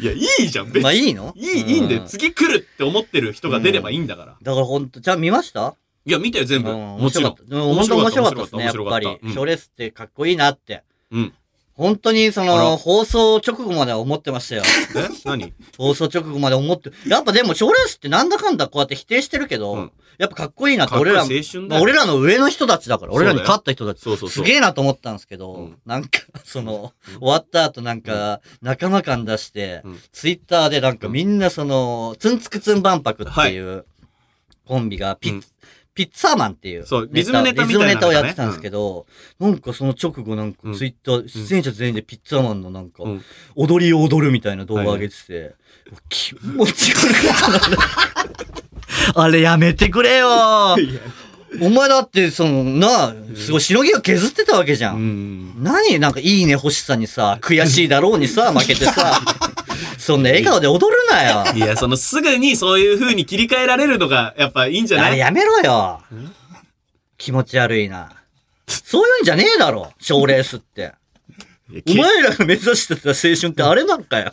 や、いいじゃん、別に。まあいいのいい、いいんだよ。う次来るって思ってる人が出ればいいんだから。だからほんと、じゃあ見ましたいや、見たよ、全部。うんもちろん。面白かった。本当面白かったですね、やっぱり面白かった。賞、レースってかっこいいなって。うん。本当にそあらの、放送直後までは思ってま したよ。え何放送直後まで思って。やっぱでも賞レースってなんだかんだこうやって否定してるけど、うんやっぱかっこいいなってかっこい俺いら青春だまあよ。俺らの上の人たちだから、そう俺だらよに勝った人たち。そうそうすそう。げえなと思ったんですけど、うんなんか、 その、うん終わった後なんか、仲間感出して、うんツイッターでなんかうんみんなその、ツンツクツン万博っていうコンビがピッ、うんピッツァーマンっていうそうリズムネタみたいリズムネなのがねタをやってたんですけど、なんかその直後なんかうんツイッター、出演者全員でピッツァーマンのなんか、うん踊りを踊るみたいな動画上げてて、気持ち悪くなる。 あれやめてくれよいやお前だって、その、なあ、すごい、しのぎを削ってたわけじゃ。うんん。何なんか、いいね欲しさにさ、悔しいだろうにさ、負けて さ、そんな笑顔で踊るなよ。いや、そのすぐにそういう風に切り替えられるのがやっぱいいんじゃあなれいやめろよ。気持ち悪いな。そういうんじゃねえだろ、賞レースって。いやおけ前らが目指してた青春ってあれなんかよ。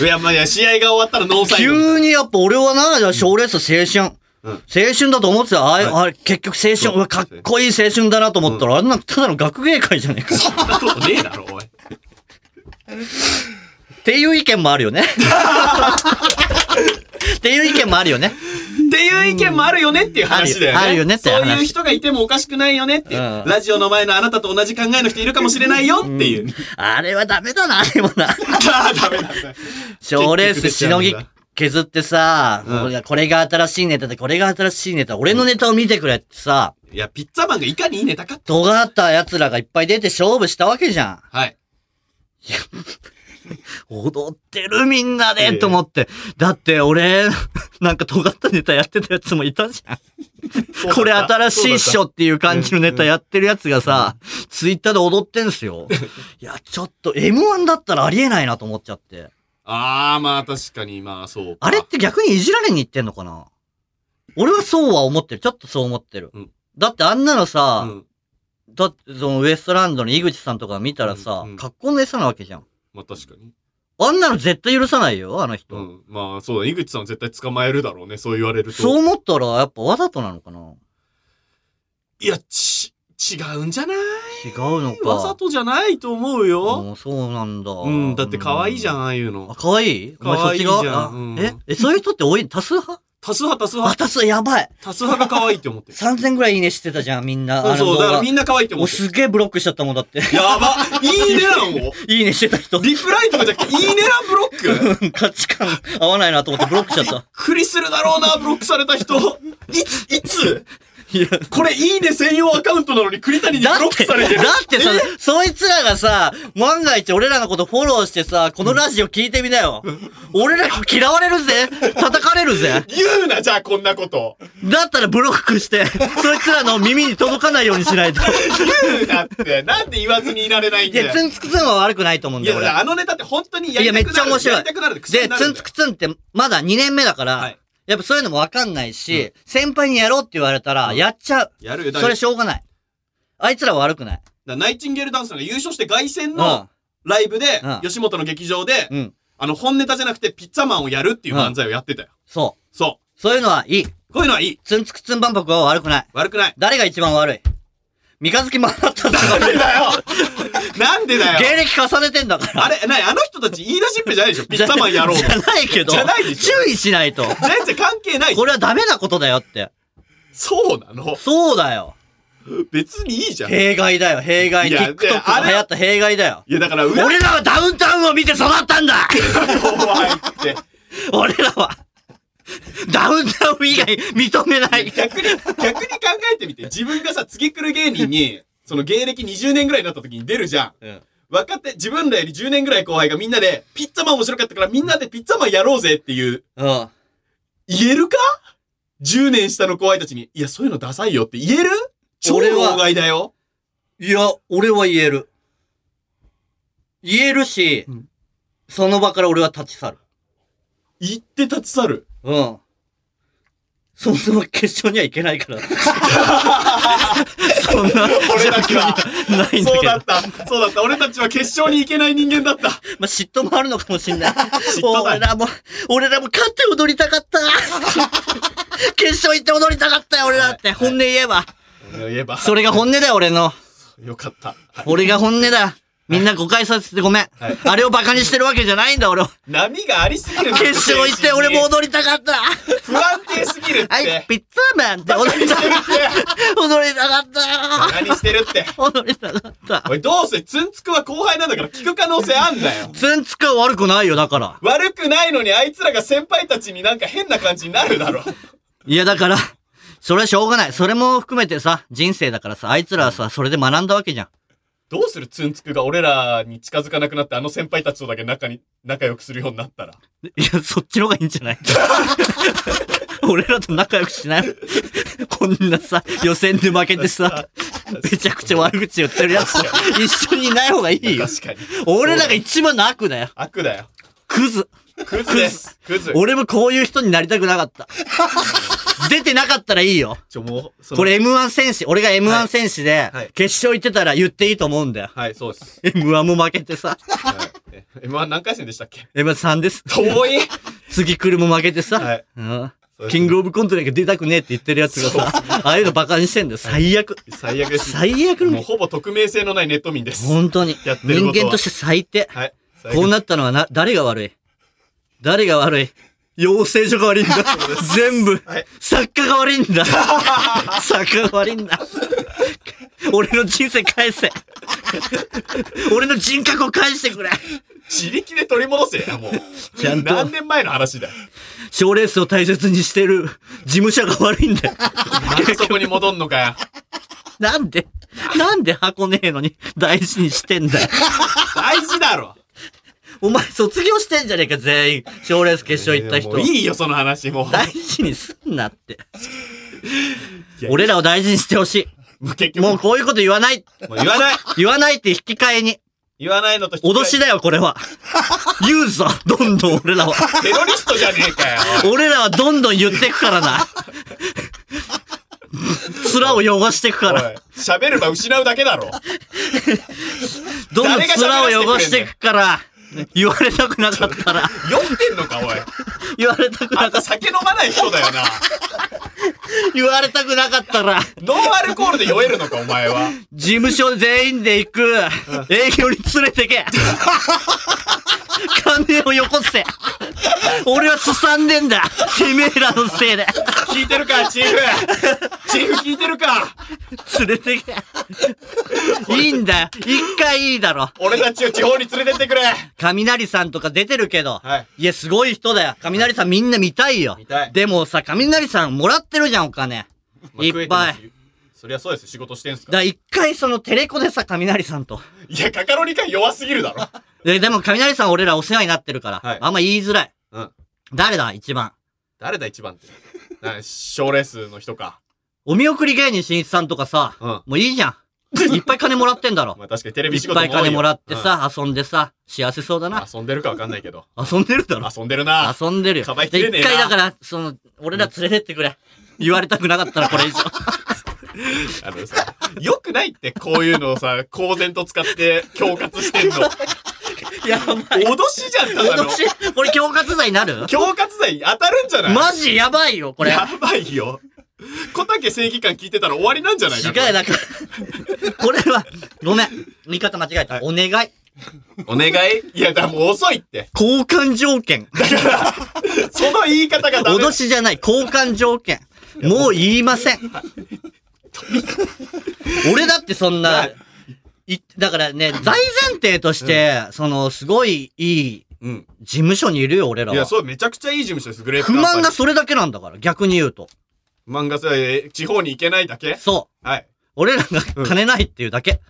いや、まあいや、試合が終わったらノーサイド。急にやっぱ俺はな、賞レース青春。うん青春だと思ってた。あれ、はあれ結局青そう春。うわかっこいい青春だなと思ったら、あれなんかただの学芸会じゃねえか。そんなことねえだろ、おい。っていう意見もあるよ ね。っていう意見もあるよね。っていう意見もあるよねっていう話だよね。あるあるよねってそう話いう人がいてもおかしくないよねっていう。うんラジオの前のあなたと同じ考えの人いるかもしれないよっていう。あれはダメだな、でもな。ああ、ダメなんだ。賞レースでしのぎ結局出ちゃうんだ削ってさ、うん俺がこれが新しいネタで、これが新しいネタ、俺のネタを見てくれってさ、いや、ピッツァマンがいかにいいネタかって。尖った奴らがいっぱい出て勝負したわけじゃん。はい。踊ってるみんなでと思って。だって俺、なんか尖ったネタやってたやつもいたじゃん。 これ新しいっしょっていう感じのネタやってるやつがさ、ツイッターで踊ってんすよ。いや、ちょっと M1 だったらありえないなと思っちゃって。ああ、まあ確かに、まあそうか。あれって逆にいじられに行ってんのかな俺はそうは思ってる。ちょっとそう思ってる。うんだってあんなのうさ、ん。だってそのウエストランドの井口さんとか見たらさ、うんうん格好の餌なわけじゃん。まあ確かに。あんなの絶対許さないよ、あの人。うん。まあそうだ、井口さん絶対捕まえるだろうね、そう言われると。そう思ったらやっぱわざとなのかないや、ち、違うんじゃない違うのか。わざとじゃないと思うよ。うんそうなんだ。うん、だって可愛いじゃん、うああいうんあ、の。可愛いお前可愛いじゃんそっち側あうんええ、そういう人って多い多数派多数派、多数あ、派、多数、やばい。多数派が可愛いって思ってる。 3000ぐらいいいねしてたじゃん、みんな。そうあのそう、動だから画みんな可愛いって思お、ってる。すげえブロックしちゃったもんだって。やばいいねなのいいねしてた人。リプライとかじゃな くて、いいねなブロックうん価値観合わないなと思ってブロックしちゃった。クリするだろうな、ブロックされた人。いつ、いついや、これいいね専用アカウントなのに栗谷にブだロっックて、さだれてる。ってさ、そいつらがさ、万が一俺らのことフォローしてさ、このラジオ聞いてみなよ。俺ら嫌われるぜ叩かれるぜ言うな、じゃあこんなこと。だったらブロックして、そいつらの耳に届かないようにしないと。言うなって、なんで言わずにいられないんいだや、ツよ。ンツクツンは悪くないと思うんいだや、よ、だか俺。らあのネタって本当にやりたくなる。いやめっちゃ面白いやりたくなるって癖で、になるツんンだツよクツンってまだ2年目だから、はいやっぱそういうのもわかんないし、先輩にやろうって言われたら、うんやっちゃう。やるよ。だかそられしょうがない。あいつらは悪くない。だからナイチンゲールダンスが優勝して凱旋うのん。ライブでうん、吉本の劇場で、うん。あの、本ネタじゃなくてピッツァマンをやるっていう漫才をやってたよ。そ。そうそういうのはいい。う。こういうのはいい。ツンツクツン万博は悪くない。悪くない。誰が一番悪い三日月回ったんだ なんでだよなんでだよ芸歴重ねてんだから。あれ、なに、あの人たち言い出しっぺじゃないでしょピッツァマンやろうじゃないけど。じゃないでしょ注意しないと。全然関係ないじゃこん。れはダメなことだよって。そうなのそうだよ。別にいいじゃん。い弊害だよ、弊害。いや TikTok であがれ流行った弊害だよ。や、だから、裏が俺らはダウンタウンを見て育ったんだ 怖いって。 俺らは、ダウンタウン以外認めない。逆に、逆に考えてみて。自分がさ、次来る芸人に、その芸歴20年ぐらいになった時に出るじゃん。若手、自分らより10年ぐらい後輩がみんなで、ピッツァマン面白かったからみんなでピッツァマンやろうぜっていう、うん。言えるか ?10 年下の後輩たちに、いや、そういうのダサいよって言える超俺は老害だよ。いや、俺は言える。言えるし、うんその場から俺は立ち去る。言って立ち去る。うん。そもそも決勝には行けないから。 そんな俺たちは状況にはないんだそうけどだ。った。そうだった。俺たちは決勝に行けない人間だった。まあ、嫉妬もあるのかもしんない。妬だよ俺らも、俺らも勝って踊りたか った。決勝行って踊りたかったよ、俺らって。本音言えば。俺を言えば、それが本音だよ、俺の。よかった。俺が本音だ。みんな誤解させてごめん。はいあれをバカにしてるわけじゃないんだ、俺は。波がありすぎるんだ決勝行って俺も精神に踊りたかった。不安定すぎるって。はい、ピッツァマンっ て踊りたかっ何た。踊りたかった。してるって。踊りたかった。おい、どうせ、ツンツクは後輩なんだから聞く可能性あんだよ。全つか悪くないよ、だから。悪くないのにあいつらが先輩たちになんか変な感じになるだろ。いや、だから、それはしょうがない。それも含めてさ、人生だからさ、あいつらはさ、それで学んだわけじゃん。どうするツンツクが俺らに近づかなくなってあの先輩たちとだけ仲に、仲良くするようになったら。いや、そっちの方がいいんじゃない 俺らと仲良くしないこんなさ、予選で負けてさ、めちゃくちゃ悪口言ってるやつと一緒にいない方がいいよ。確かに。俺らが一番の悪だよ。悪だよ。クズ。クズです。クズ。俺もこういう人になりたくなかった。出てなかったらいいよ。ちょ、もう、そのこ。れ M1 戦士、俺が M1 戦士ではい、決勝行ってたら言っていいと思うんだよ。はい、そうです。 M1 も負けてさ、はいえ M1 何回戦でしたっけ M3 です。遠い次来るも負けてさ、はいうんそうですキングオブコントなんか出たくねえって言ってるやつがさ、ああいうのバカにしてんだよ。最悪。最悪です。最悪もうの、ほぼ匿名性のないネット民です。本当にやっ。てる人ことは間として最低。はい。最こう悪なったのはな、誰が悪い誰が悪い養成所が 悪いんだ。全部はい。作家が悪いん だ。作家が悪いんだ。俺の人生返せ。俺の人格を返してくれ。自力で取り戻せや、もう。ちゃんと何年前の話だよ。賞レースを大切にしてる事務所が悪いんだよ。なんでそこに戻んのかよ。なんで、 なんで箱ねえのに大事にしてんだよ。大事だろ。お前卒業してんじゃねえか、全員。賞レース決勝行ったも人う。いいよ、その話、もう。大事にすんなってい。や俺らを大事にしてほしもう結い。局、ももうこういうこと言わない。う言わない。言わないって引き換えに。言わないのと引き換え脅しだよ、これは。言うぞ、どんどん俺らは。テロリストじゃねえかよ。俺らはどんどん言ってくからな。面を汚してくかおら。い喋れば失うだけだどろ。んどん誰が喋面をら汚せしててくくから。言われたくなかったら、酔ってんのか、おい。言われたくあなんかたっ酒飲まない人だよな。た、 言われたくなかったら、ノンアルコールで酔えるのか、お前は。事務所全員で行く、営業に連れてけ 金をよこせ俺はすさんでんだてめえらのせいで 聞いてるか、チーフ。チーフ聞いてるか。連れてけいいんだよ一回いいだろ俺たちを地方に連れてってくれ。雷さんとか出てるけど、はいい、や、すごい人だよ。雷さんみんな見たいよ。見たいでもさ、雷さんもらってるじゃん、お金。まあいっぱ。い食えてますよそりゃそうですよ仕事してんすだか。からら一回そのテレコでさ、雷さんと。いや、カカロニ感弱すぎるだろ。ででも雷さん俺らお世話になってるから、はいあんま言いづらい。うん誰だ、一番。誰だ、一番って。な賞レースの人か。お見送り芸人しんいちさんとかさ、うんもういいじゃ ん。いっぱい金もらってんだろ。まあ確かにテレいビ仕っ事ぱい金もらって多いよ。さ、遊んでさ、幸せそうだうんな。遊んでるかわかんないけど。遊んでるだろ。遊んでるな。遊んでるよ。かばいきでれねえ一な回だから、その、俺ら連れてってくれ。言われたくなかったらこれ以上。 あのさ、よくないって、こういうのをさ、公然と使って恐喝し てんの。やばい。脅しじゃん、ただの脅。し、これ恐喝罪になる恐喝罪当たるんじゃないマジやばいよ、これ。やばいよ。小竹正義感聞いてたら終わりなんじゃないか違う、だから。これは、ごめん。言い方間違えた。お願い。お願いいや、だからもう遅いって。交換条件。その言い方がダメ。脅しじゃない。交換条件。もう言いま せん。俺だってそんは、ないいだからね、大前提として、その、すごいいいうん。事務所にいるよ、俺らいや、は。そう、めちゃくちゃいい事務所です、グレープ不カンパニ満ーがそれだけなんだから、逆に言うと。漫画さ、えー地方に行けないだけそう。はい。俺らが金ないっていうだけ。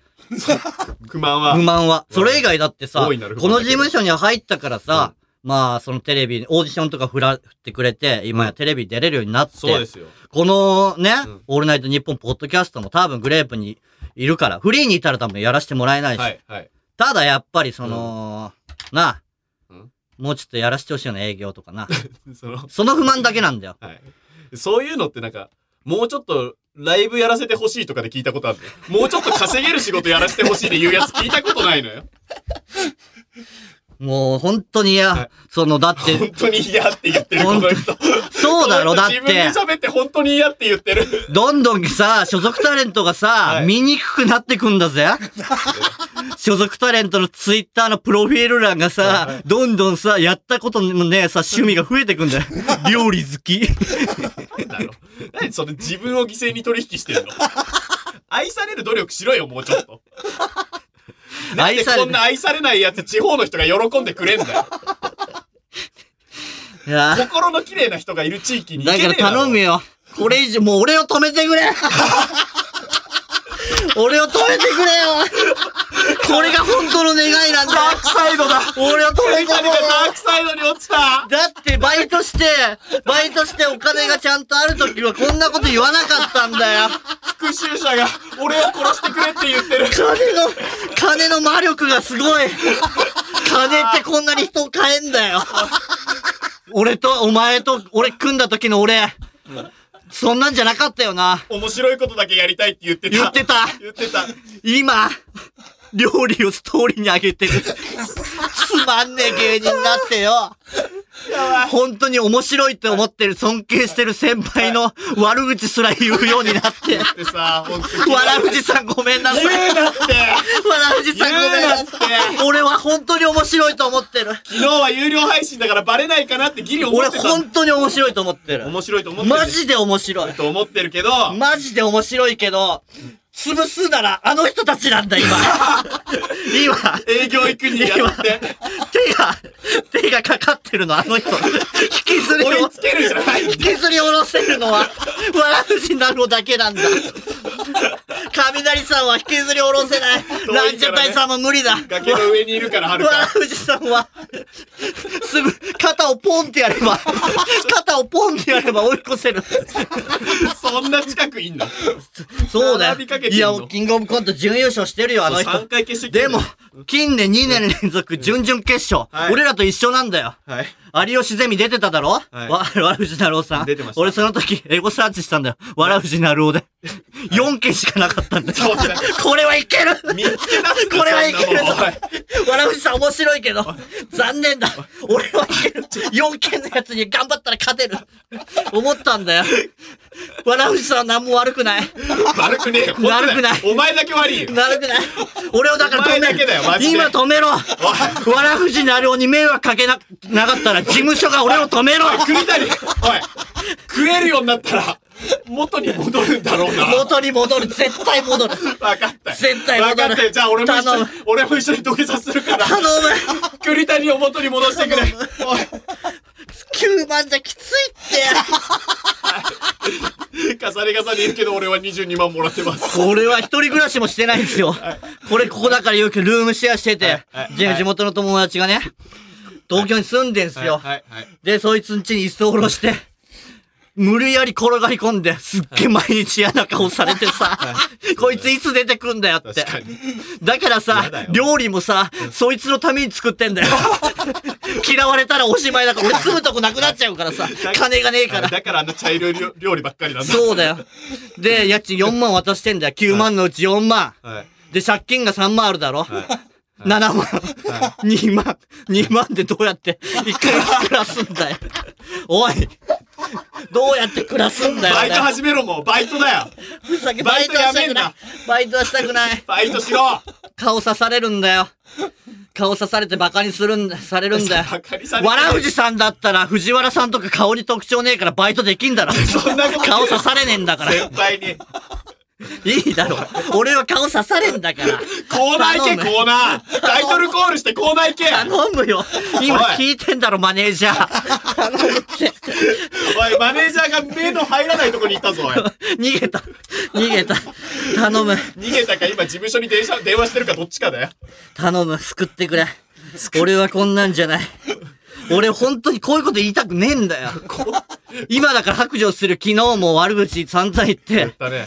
不満は不。満は。それ以外だってさ、大こいなる不満だのけ事ど務所には入ったからさ、まあ、そのテレビ、オーディションとか振らってくれて、今やテレビ出れるようになって、そうですよ。このね、うんオールナイトニッポンポッドキャストも多分グレープにいるから、フリーにいたら多分やらせてもらえないし、はい、はい。ただやっぱりその、なあ、うんもうちょっとやらせてほしいよね、営業とかな。 その、その不満だけなんだよ。はい。そういうのってなんか、もうちょっとライブやらせてほしいとかで聞いたことあるのよもうちょっと稼げる仕事やらせてほしいで言うやつ聞いたことないのよ。もう本当にや、はいその、だって、本当に嫌って言ってる、この人。そうだろ、だっ自分でて。喋って本当に嫌って言ってる。どんどんさ、所属タレントがさ、はい見にくくなってくんだ ぜ。所属タレントのツイッターのプロフィール欄がはいはさ、どんどんさ、やったことのね、さ、趣味が増えてくん だよ。料理好き。なんだろう。何その自分を犠牲に取引してるの。愛される努力しろよ、もうちょっと。なん愛でさこれんる。な愛されないやつ地方の人が喜んでくれんだよ。いや心の綺麗な人がいる地域に行だけかねらえだろ頼むよ。これ以上、もう俺を止めてく れ俺を止めてくれよこれが本当の願いなんだよダークサイドだ俺を止めて何くれが ダークサイドに落ちただってバイトして、バイトしてお金がちゃんとある時はこんなこと言わなかったんだよ。復讐者が俺を殺してくれって言ってる。金の、金の魔力がすごい。金ってこんなに人を変えんだよ。俺と、お前と、俺組んだ時の俺、そんなんじゃなかったよな。面白いことだけやりたいって言ってた。言ってた言ってた。今、料理をストーリーに上げてる。つまんねえ芸人になってよ。本当に面白いって思ってる、尊敬してる先輩の悪口すら言うようになって。ってさ、ほんとに。わらふじさんごめんなさい。わ言うなってらふじさんごめんなさい。俺は本当に面白いと思ってる。昨日は有料配信だからバレないかなってギリ思俺ってた。本当に面白いと思ってる。面白いと思ってる。マジで面白い。と思ってるけど、マジで面白いけど、潰すならあの人たちなんだ 今。今、営業行くにや って、手が、手がかかってるのあの人。引きずり追いをつ、けるじゃないん引きずり下ろせるのは、わらふじなのだけなんだ。雷さんは引きずり下ろせない。ねランジャタイさんも無理だ。崖の上にいるから、はうるわか。富士山は、すぐ、肩をポンってやれば、肩をポンってやれば追い越せる。そんな近くいんの。そうだよ並びかけ。ていんやの、キングオブコント準優勝してるよ、あの人3。回決してきてでんのも、近年2年連続準々決勝。はい俺らと一緒なんだよ。はい。 有吉ゼミ出てただろ、はいわ、わらふじなるおさん。出てました俺その時、エゴサーチしたんだよ。わらふじなるおで。4件しかなかったんだそようだ。これはいける見つけ出すこれはいけるぞそんなもんおいわらふじさん面白いけど、残念だ。俺はいける。4件のやつに頑張ったら勝てる。思ったんだよ。わらふじさんは何も悪くない。悪くねえよ。本当だよ悪くないお前だけ悪いよ。悪くない。俺をだから止お前だめけだよマジで今止めろ。わらふじなるおに迷惑かけな、なかったら事務所が俺を止めろ。栗谷、おい、食えるようになったら、元に戻るんだろうな。元に戻る。絶対戻る。分かったよ。絶対分戻るかったよ。じゃあ俺も一緒頼にむ、俺も一緒に土下座するから、頼む栗谷を元に戻してくれ。 9万じゃきついっておい、重ね重ね言うけど俺は22万もらってます。これは一人暮らしもしてないんですよ。これここだからよくルームシェアしててはい、じはい地元の友達がね、東京に住んでんすよ。はい、はい。で、そいつん家に椅子を下ろして、無理やり転がり込んで、すっげえ毎日嫌な顔されてさ、こいついつ出てくんだよって確。かに。だからさ嫌だよ、料理もさ、そいつのために作ってん だよ。嫌われたらおしまいだから、俺住むとこなくなっちゃうからさ、金がねえからあ。だからあんな茶色い料料理ばっかりなんだ。そうだよ。で、家賃4万渡してんだよ。9万のうち4万。はい。で、借金が3万あるだろ。はい。 7万、2万、2万でどうやって1ヶ月暮らすんだよ。おい、どうやって暮らすんだよ。バイト俺始めろもう、バイトだよ。ふざけババイイトトやはしめたんくなない。バイトはしたくない。バイトしろ。顔刺されるんだよ。顔刺されてバカにするんだ、されるん だよ。バカにされてなわいらふじさんだったら藤原さんとか顔に特徴ねえからバイトできんだろ。 そんなこと顔刺されねえんだから。先輩に。いいだろ。俺は顔刺されんだから。コーナー行頼け、むコーナー。タイトルコールしてコーナー行け。頼むよ。今おい聞いてんだろ、マネージャー。 頼む って。おい、マネージャーが目の入らないとこに行った ぞ、おい。逃げた。逃げた。頼む。逃げたか、今事務所に電車電話してるか、どっちかだよ。頼む。救ってくれ。俺はこんなんじゃない。俺本当にこういうこと言いたくねえんだよ。今だから白状する昨日も悪口散々言って、だね。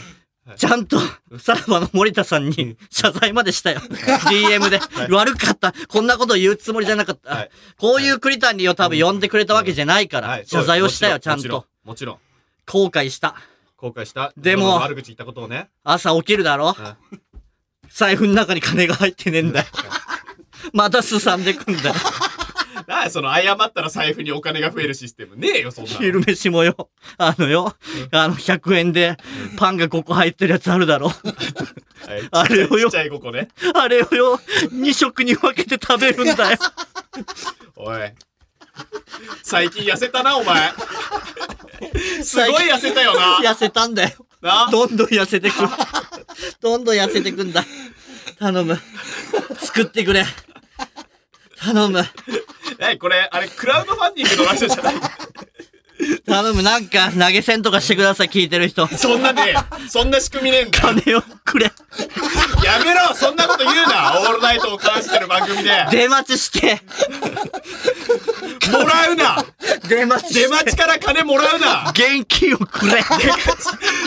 ちゃんと、さらばの森田さんに謝罪までしたよ。DM で。悪かった。こんなこと言うつもりじゃなかっはたい。こういう栗谷を多分呼んでくれたわけじゃないから、謝罪をしたよ、ちゃんと。。もちろん。後悔した。後悔した。でも悪口言ったことをね。朝起きるだろは財布の中に金が入ってねえん だよ。またすさんでくんだよ。なあ、その謝ったら財布にお金が増えるシステム。ねえよ、そんなの。昼飯もよ、あのよ、あの100円でパンが5個入ってるやつある だろ。はいあれをよちっちゃいここね。あれをよ、2食に分けて食べるんだよ。おい。最近痩せたな、お前。すごい痩せたよな。痩せたんだよ。などんどん痩せて く。どんどん痩せてくんだ。頼む。作ってくれ。頼む。え、これ、あれ、クラウドファンディングのラジオじゃない頼む。なんか投げ銭とかしてください、聞いてる人。そんなね、そんな仕組みねえんだ。金をくれ。 やめろそんなこと言うなオールナイトを関してる番組で出待ちして。もらうな出待ち出して。待ちから金もらうな現金をくれ。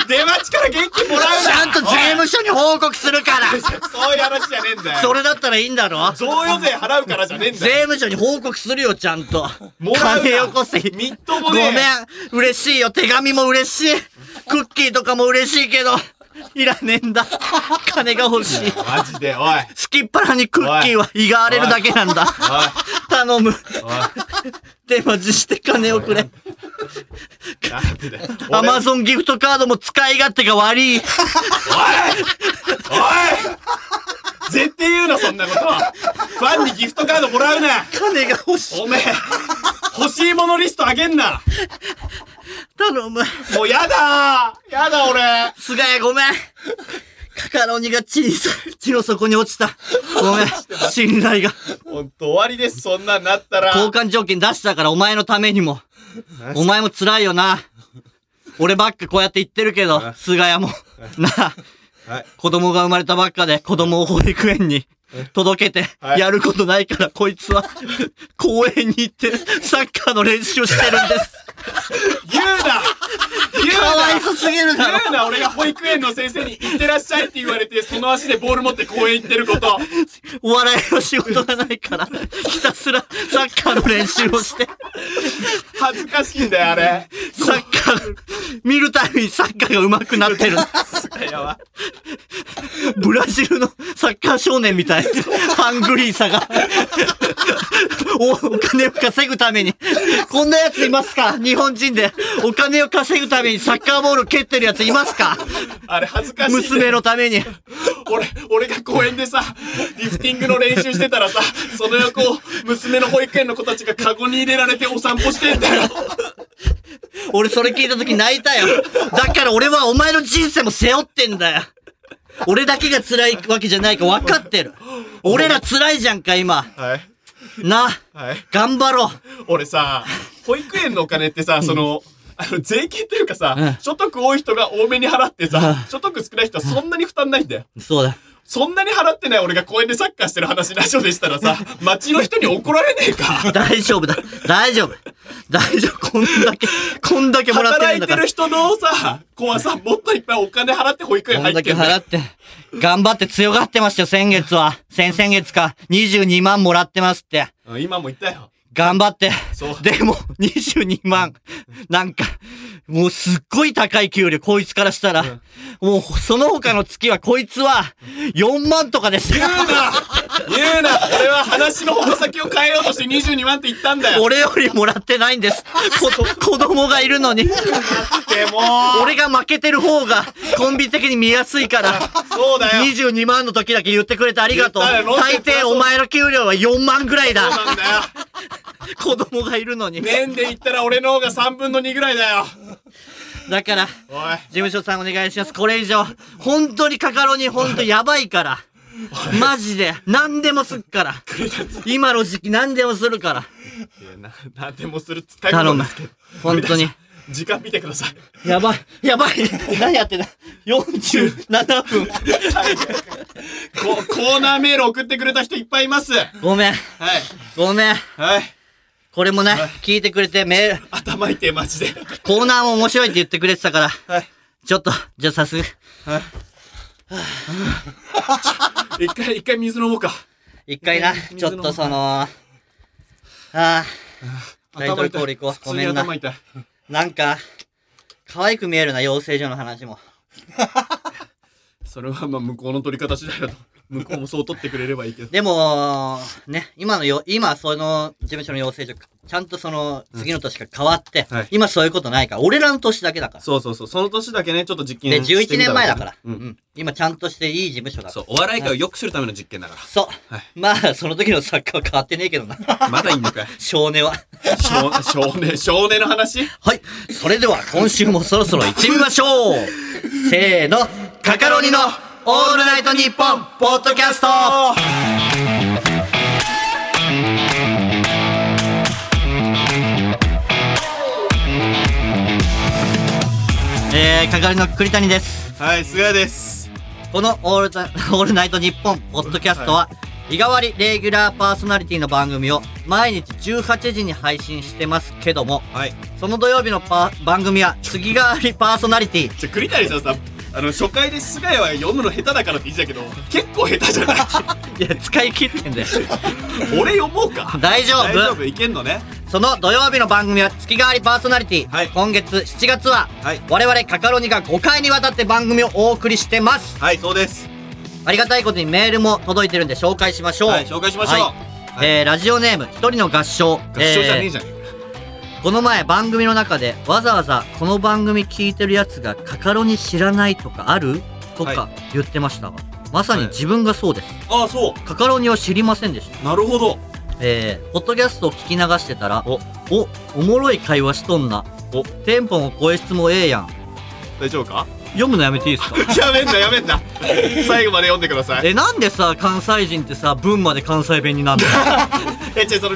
出待ちから現金もらうちなゃんと税務署に報告するからおいそういう話じゃねえんだよそれだったらいいんだろ贈与税払うからじゃねえん税だよ務署に報告するよ、ちゃんと。もらうな金よこせ。みっとごもねめえん。嬉しいよ。手紙も嬉しい。クッキーとかも嬉しいけど、いらねえんだ。金が欲しい。好マジでおいおいきっ腹にクッキーは胃が荒れるだけなんだ。頼む。手待ちして金をくれ。なんでだよ ア俺マゾンギフトカードも使い勝手が悪い。おい絶対言うなそんなことファンにギフトカードもらうな金が欲しい。おめえ欲しいものリストあげんな頼む。もうやだーやだ俺すがやごめん。カカロニが小さい。地の底に落ちた。ごめん。信頼が。ほんと終わりですそんなんなったら交換条件出したからお前のためにも。お前も辛いよな。俺ばっかこうやって言ってるけど、菅谷も。なあ、はい子供が生まれたばっかで子供を保育園に届けて、はいやることないからこいつは公園に行ってサッカーの練習をしてるんです。言うな言かわいうなそすぎるだろ。言うな俺が保育園の先生に行ってらっしゃいって言われて、その足でボール持って公園行ってること。お笑いの仕事がないから、ひたすらサッカーの練習をして、恥ずかしいんだよ、あれ。サッカー、見るたびにサッカーが上手くなってる。すごいやば。ブラジルのサッカー少年みたい。ハングリーさが。 お、お金を稼ぐために。こんなやついますか日本人で。お金を稼ぐためにサッカーボール蹴ってるやついますかあれ恥ずかしいんだよ。娘のために。俺、俺が公園でさ、リフティングの練習してたらさ、その横を娘の保育園の子たちがカゴに入れられてお散歩してんだよ。俺それ聞いた時泣いたよ。だから俺はお前の人生も背負ってんだよ。俺だけが辛いわけじゃないか分かってる。俺ら辛いじゃんか、今。はい。な、はい。頑張ろう。俺さ、保育園のお金ってさ、その、あの、税金というかさ、うん所得多い人が多めに払ってさ、う所得少ない人はそんなに負担ないんだよ。そうだ。そんなに払ってない俺が公園でサッカーしてる話ラジオでしたらさ、街の人に怒られねえか。大丈夫だ。大丈夫。大丈夫。こんだけ、こんだ けもらって働るんいだてからる。人のさ、子はさ、もっといっぱいお金払って保育園こ入んだってけんだ払よ。って、頑張って強がってましたよ、先月は。先々月か、22万もらってますって。うん今も言ったよ。頑張って。そうでも、22万。なんか、もうすっごい高い給料、こいつからしたら。もう、その他の月は、こいつは、4万とかですよ。言うな言うな俺は話の矛先を変えようとして22万って言ったんだよ俺よりもらってないんです。こ 子供がいるのに。でも俺が負けてる方が、コンビ的に見やすいから。そうだよ22万の時だけ言ってくれてありがとう。言ったよロ大ス抵お前の給料は4万ぐらいそうだ。なんだよ子供がいるのに。年で言ったら俺の方が3分の2ぐらいだよだから、お事務所さんお願いします。これ以上、本当にカカロニ本当やばいから。マジで、何でもすっから。今の時期何でもするから。いいやな 何でもするっつった頼むですけど。本当に。時間見てくださいやばい、やばい。何やってんだ。47分。こコーナーメール送ってくれた人いっぱいいますはいごめん、ごめん。はいこれもね、聞いてくれて、メール、頭痛いマジで コーナーも面白いって言ってくれてたから、はいちょっと、じゃあさすが、一回一回水飲もうか一回な、水ちょっとその、ああ、タイトルコール行こう普通にごめんな頭痛いなんか、可愛く見えるな、養成所の話も。それはまあ向こうの取り方次第だと向こうもそう取ってくれればいいけどでも、ね、今のよ、今、その、事務所の養成所、ちゃんとその、次の年が変わって、はい今そういうことないから、俺らの年だけだから。そうそうそう。その年だけね、ちょっと実験で、してみた11年前だから。う。うんん。今、ちゃんとしていい事務所だかそら。う、お笑い界を良くするための実験だかそう。はいまあ、その時の作家は変わってねえけどな。ら。まだいいのかい少年は。少 少年、少年の話はい。それでは、今週もそろそろ行ってみましょう せーの、カカロニのオールナイトニッポンポッドキャストえー、カカロニの栗谷です。はい、菅谷です。この オールタオールナイトニッポンポッドキャストは、日替わりレギュラーパーソナリティの番組を毎日18時に配信してますけども、はい。その土曜日のパー番組は月替わりパーソナリティ、じゃ、栗谷さんさ、あの、初回で菅谷は読むの下手だからって言ってたけど、結構下手じゃない いや、使い切ってんだよ。俺読もうか。大丈夫大丈夫、いけんのね。その土曜日の番組は月替わりパーソナリティ。はい今月7月は、はい我々カカロニが5回にわたって番組をお送りしてます。はい、そうです。ありがたいことにメールも届いてるんで紹介しましょう。はい、紹介しましょう。はいえーラジオネーム、一人の合唱。合唱じゃねええーじゃねえか。この前番組の中でわざわざこの番組聞いてるやつがカカロニ知らないとかあるとはか言ってましたが、まさに自分がそうです。ああ、そカカロニを知りませんでした。う。なるほど。えー、ポッドキャストを聞き流してたら、おお、お、おもろい会話しとんな。おテンポも声質もええやん。大丈夫か 読むのやめていいですかやめんなやめんな最後まで読んでくださいえ、なんでさ、関西人ってさ、文まで関西弁になんだよ。え違うその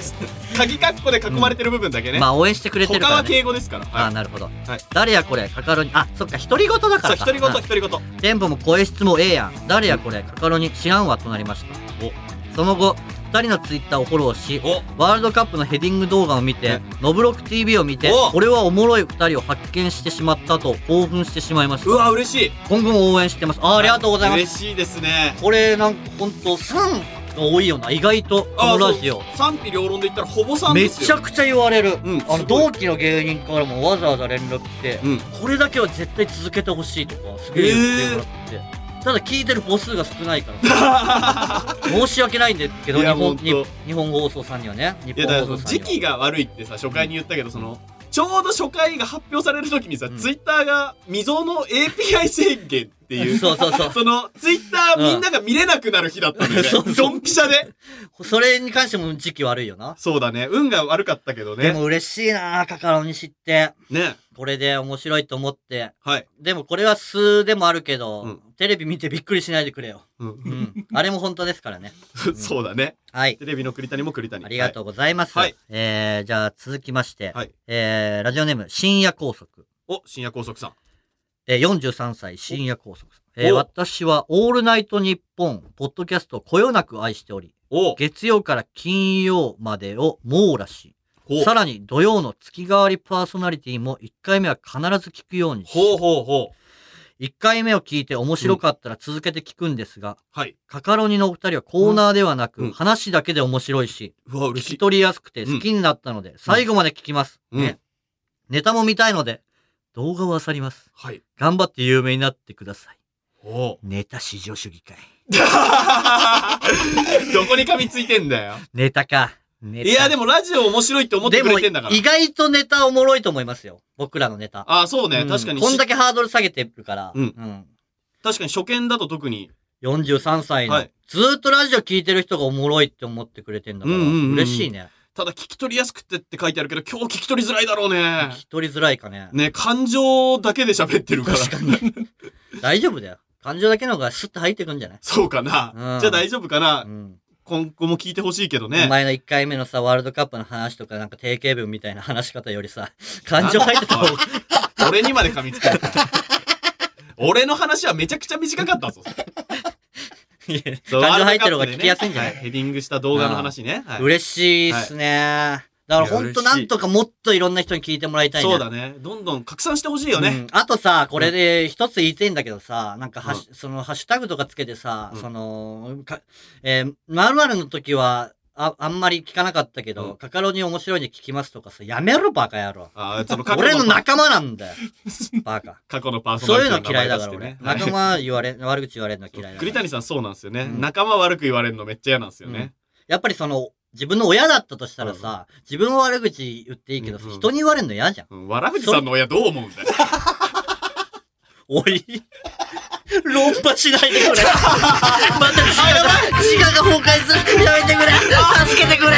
鍵括弧で囲まれてる部分だけね、まあ、応援してくれてる他から、はね。敬語ですからはいああ、なるほど。はい誰やこれ、カカロニ。あ、そっか、独り言だかそうらか。独り言うん独り言テンポも声質もええやん。誰やこれ、カカロニ、知らんわ、となりました。その後、二人のツイッターをフォローし、おおワールドカップのヘディング動画を見てね、ノブロック TV を見てお、俺はおもろい二人を発見してしまったと興奮してしまいましうた。わ嬉しい今後も応援してます。あありがとうございます。嬉しいですねこれなんかほんと3が多いよな意外とこあのそうラジオ賛否両論で言ったらほぼさんでめすちよゃくちゃ言われる、うんあすのごい同期の芸人からもわざわざ連絡来て、うんこれだけは絶対続けてほしいとかすげえ言ってもらって、ただ聞いてる母数が少ないから 申し訳ないんですけどい日や本ほんとに日本放送さんにはね日いや本だから放そ送のさんに時は期が悪いってさ初回に言ったけどそのちょうど初回が発表される時にさ、うんツイッターが未曾有の API 宣言ってい うそうそうそうそのツイッターうんみんなが見れなくなる日だったんだよねそうそうドンピシャでそれに関しても時期悪いよな、そうだね運が悪かったけどでねも嬉しいなカカロニ知ってねこれで面白いと思ってはい、でもこれは数でもあるけど、うんテレビ見てびっくりしないでくれようん、 うん、あれも本当ですからね。そうだねはい。テレビの栗谷も栗谷ありがとうございます。はいえー、じゃあ続きまして、はいえー、ラジオネーム、深夜拘束。う、はいお深夜拘束さんえー、43歳、深夜拘束さん。えー、お私は、オールナイトニッポン、ポッドキャストをこよなく愛しており、お月曜から金曜までを網羅し、ほうさらに土曜の月替わりパーソナリティも1回目は必ず聞くようにし、ほうほうほう1回目を聞いて面白かったら続けて聞くんですが、はいカカロニのお二人はコーナーではなく、うんうん話だけで面白いし、うわ聞嬉しきい取りやすくて好きになったので、最後まで聞きます、うんね。ネタも見たいので、動画を漁ります。はい頑張って有名になってください。おう ネタ至上主義かい。どこに噛みついてんだよネタか。ネタいや、でもラジオ面白いって思ってくれてんだからでも。意外とネタおもろいと思いますよ。僕らのネタ。ああ、そうね。うん確かに。こんだけハードル下げてるから。うん確かに初見だと特に。うん43歳の、はいずーっとラジオ聞いてる人がおもろいって思ってくれてんだから、うんうんうんうん嬉しいね。ただ聞き取りやすくてって書いてあるけど、今日聞き取りづらいだろうね聞。き取りづらいかね。ね、感情だけで喋ってるから。確かに。 大丈夫だよ。感情だけの方がスッと入ってくんじゃないそうかな。うんじゃあ大丈夫かな。うん今後も聞いてほしいけどおね。前の1回目のさ、ワールドカップの話とか、なんか定型文みたいな話し方より さ、感情入ってた方が、俺にまで噛みつく。俺の話はめちゃくちゃ短かったぞ。いやそう感情入ってる方が聞きやすいんじゃなワいールドカップでねはヘディングした動画の話ね。はい嬉しいっすね。だからほんといなや嬉しいんとかもっといろんな人に聞いてもらいたいね。そうだね。どんどん拡散してほしいようね。んあとさ、これで一つ言いたいんだけどさ、なんかハッシュ、そのハッシュタグとかつけてさ、うんその、かえー、まるの時は、あ、あんまり聞かなかったけど、うんカカロニ面白いに聞きますとかさ、やめろバカ野郎。ああ、その過去俺のの、仲間なんだ よ。バカ。過去のパーソナそういリうティの嫌いだから名前出し俺てね。。はい仲間言われ、悪口言われるの嫌いだから。栗谷さんそうなんですよね、うん仲間悪く言われるのめっちゃ嫌なんですよね、やっぱりその、自分の親だったとしたらさ、自分は悪口言っていいけどさ、うんうん人に言われるの嫌じゃん。うんわらふじさんの親どう思うんだよお い。論破しないでくれ。また、自我が崩壊する。やめてくれ。助けてくれ。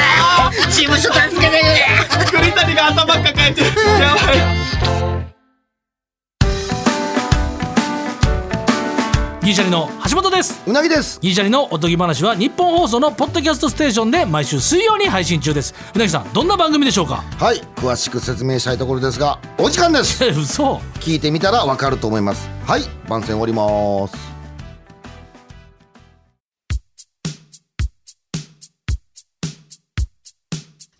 事務所助けてくれ。栗谷が頭抱えてるやばいギリシャリの橋本ですうなぎですギリシャリのおとぎ話は日本放送のポッドキャストステーションで毎週水曜に配信中ですうなぎさんどんな番組でしょうかはい詳しく説明したいところですがお時間ですえ嘘聞いてみたらわかると思いますはい番宣終わります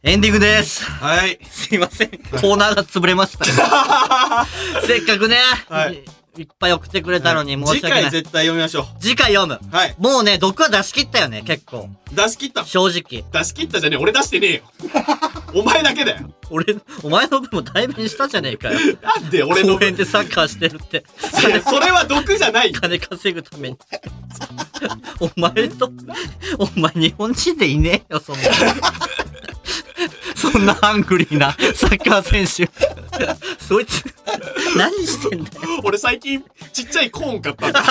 エンディングです。はいすいません。コーナーが潰れま した。せっかくね、はいい、っぱい送ってくれたのに申し次訳な回い。絶対読みましょ次回読む。うはいもうね、毒は出し切ったよね、結構。出し切った正直。出し切ったじゃねえ俺出してねえよお前だけだよ俺、お前の分も代弁したじゃねえかよ。なんで 俺の公園でサッカーしてるって。それは毒じゃない金稼ぐために。 お前と、お前日本人でいねえよ、そんな。そんなハングリーなサッカー選手。そいつ、何してんだよ。俺最近ちっちゃいコーン買ったんだ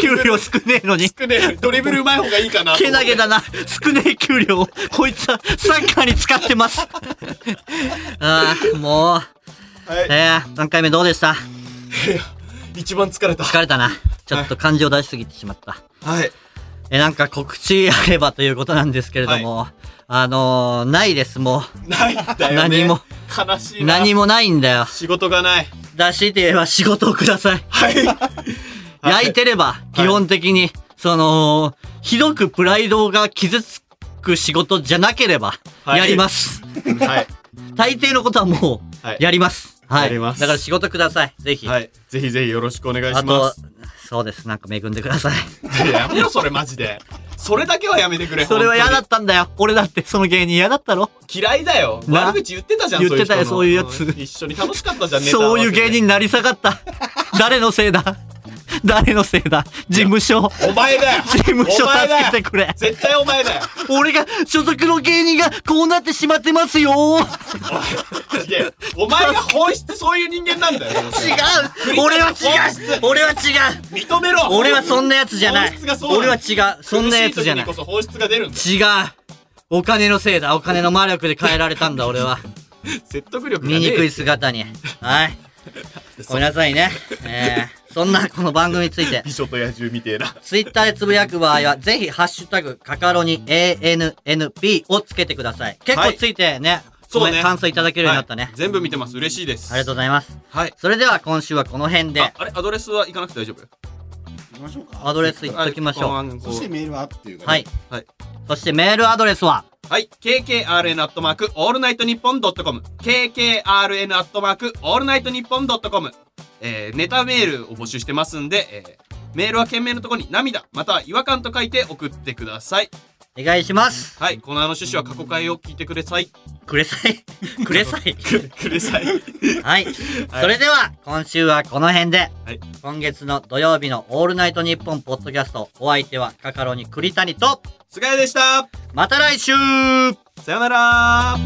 給料少ねえのに。少ねえドリブルうまい方がいいかなとけ思っなてげだな。少ねえ給料を、こいつはサッカーに使って ます。ああ、もう、はいえー、3回目どうでしたいや、一番疲れた。疲れたな。ちょっと感情出しすぎてしまった。はい。え、なんか告知あればということなんですけれども、あのー、ないです、もないんだよね。何も。。悲しいうな。何もないんだよ。仕事がない。出して言えば仕事をください。はい。焼いてれば、基本的に、その、ひどくプライドが傷つく仕事じゃなければ、はいやります。はい。大抵のことはも、はいうやります。はい。やりますだから仕事ください、ぜひ。はい。ぜひぜひよろしくお願いあしまとす。、そうです、なんか恵んでくだ さい。いややめろ、それマジで。それだけはやめてくれ。それは嫌だ本ったんだよ。俺だって、その芸人嫌だったろ。当に嫌いだよ。な悪口言ってたじゃん、言ってたよそういう人のそういうやつん一緒に楽しかったじゃん、ネタ合わそうせいでう芸人になり下が った。誰のせいだ誰のせいだ事務所。お前だよ事務所お前だよ助けてくれ絶対お前だよ俺が所属の芸人がこうなってしまってますよいやお前が本質そういう人間なん だよ違う俺は違う俺は違う認めろ俺はそんなやつじゃない本質がそう俺はなんだ違うそんなやつじゃない違苦うしい時にこそ本質が出るんだよお金のせいだお金の魔力で変えられたんだ俺は説得力がねえ醜い姿にはいごめんなさいね、えー、そんなこの番組について美女と野獣みてえなツイッターでつぶやく場合は、ぜひ、ハッシュタグ、カカロニ ANNP をつけてください。結構ついてね、そうねごめん感想いただけるようになったね。はい全部見てます嬉しいですありがとうございます。はいそれでは今週はこの辺であ、あれアドレスは行かなくて大丈夫きましょうかアドレス言っときましょう。はうそしてメールはっていうかねい。はいそしてメールアドレスは、はい。KKRN アットマークオールナイトニッポンドットコム。KKRN アットマークオールナイトニッポンドットコム。えー、ネタメールを募集してますんで、えー、メールは件名のところに涙、または違和感と書いて送ってください。お願いします。はい。このあの趣旨は過去回を聞いてください。くれさい。くれさい。く、ください。はい。それでは、今週はこの辺で、はい今月の土曜日のオールナイトニッポンポッドキャスト、お相手はカカロニ栗谷と、 菅谷でしたまた来週さよなら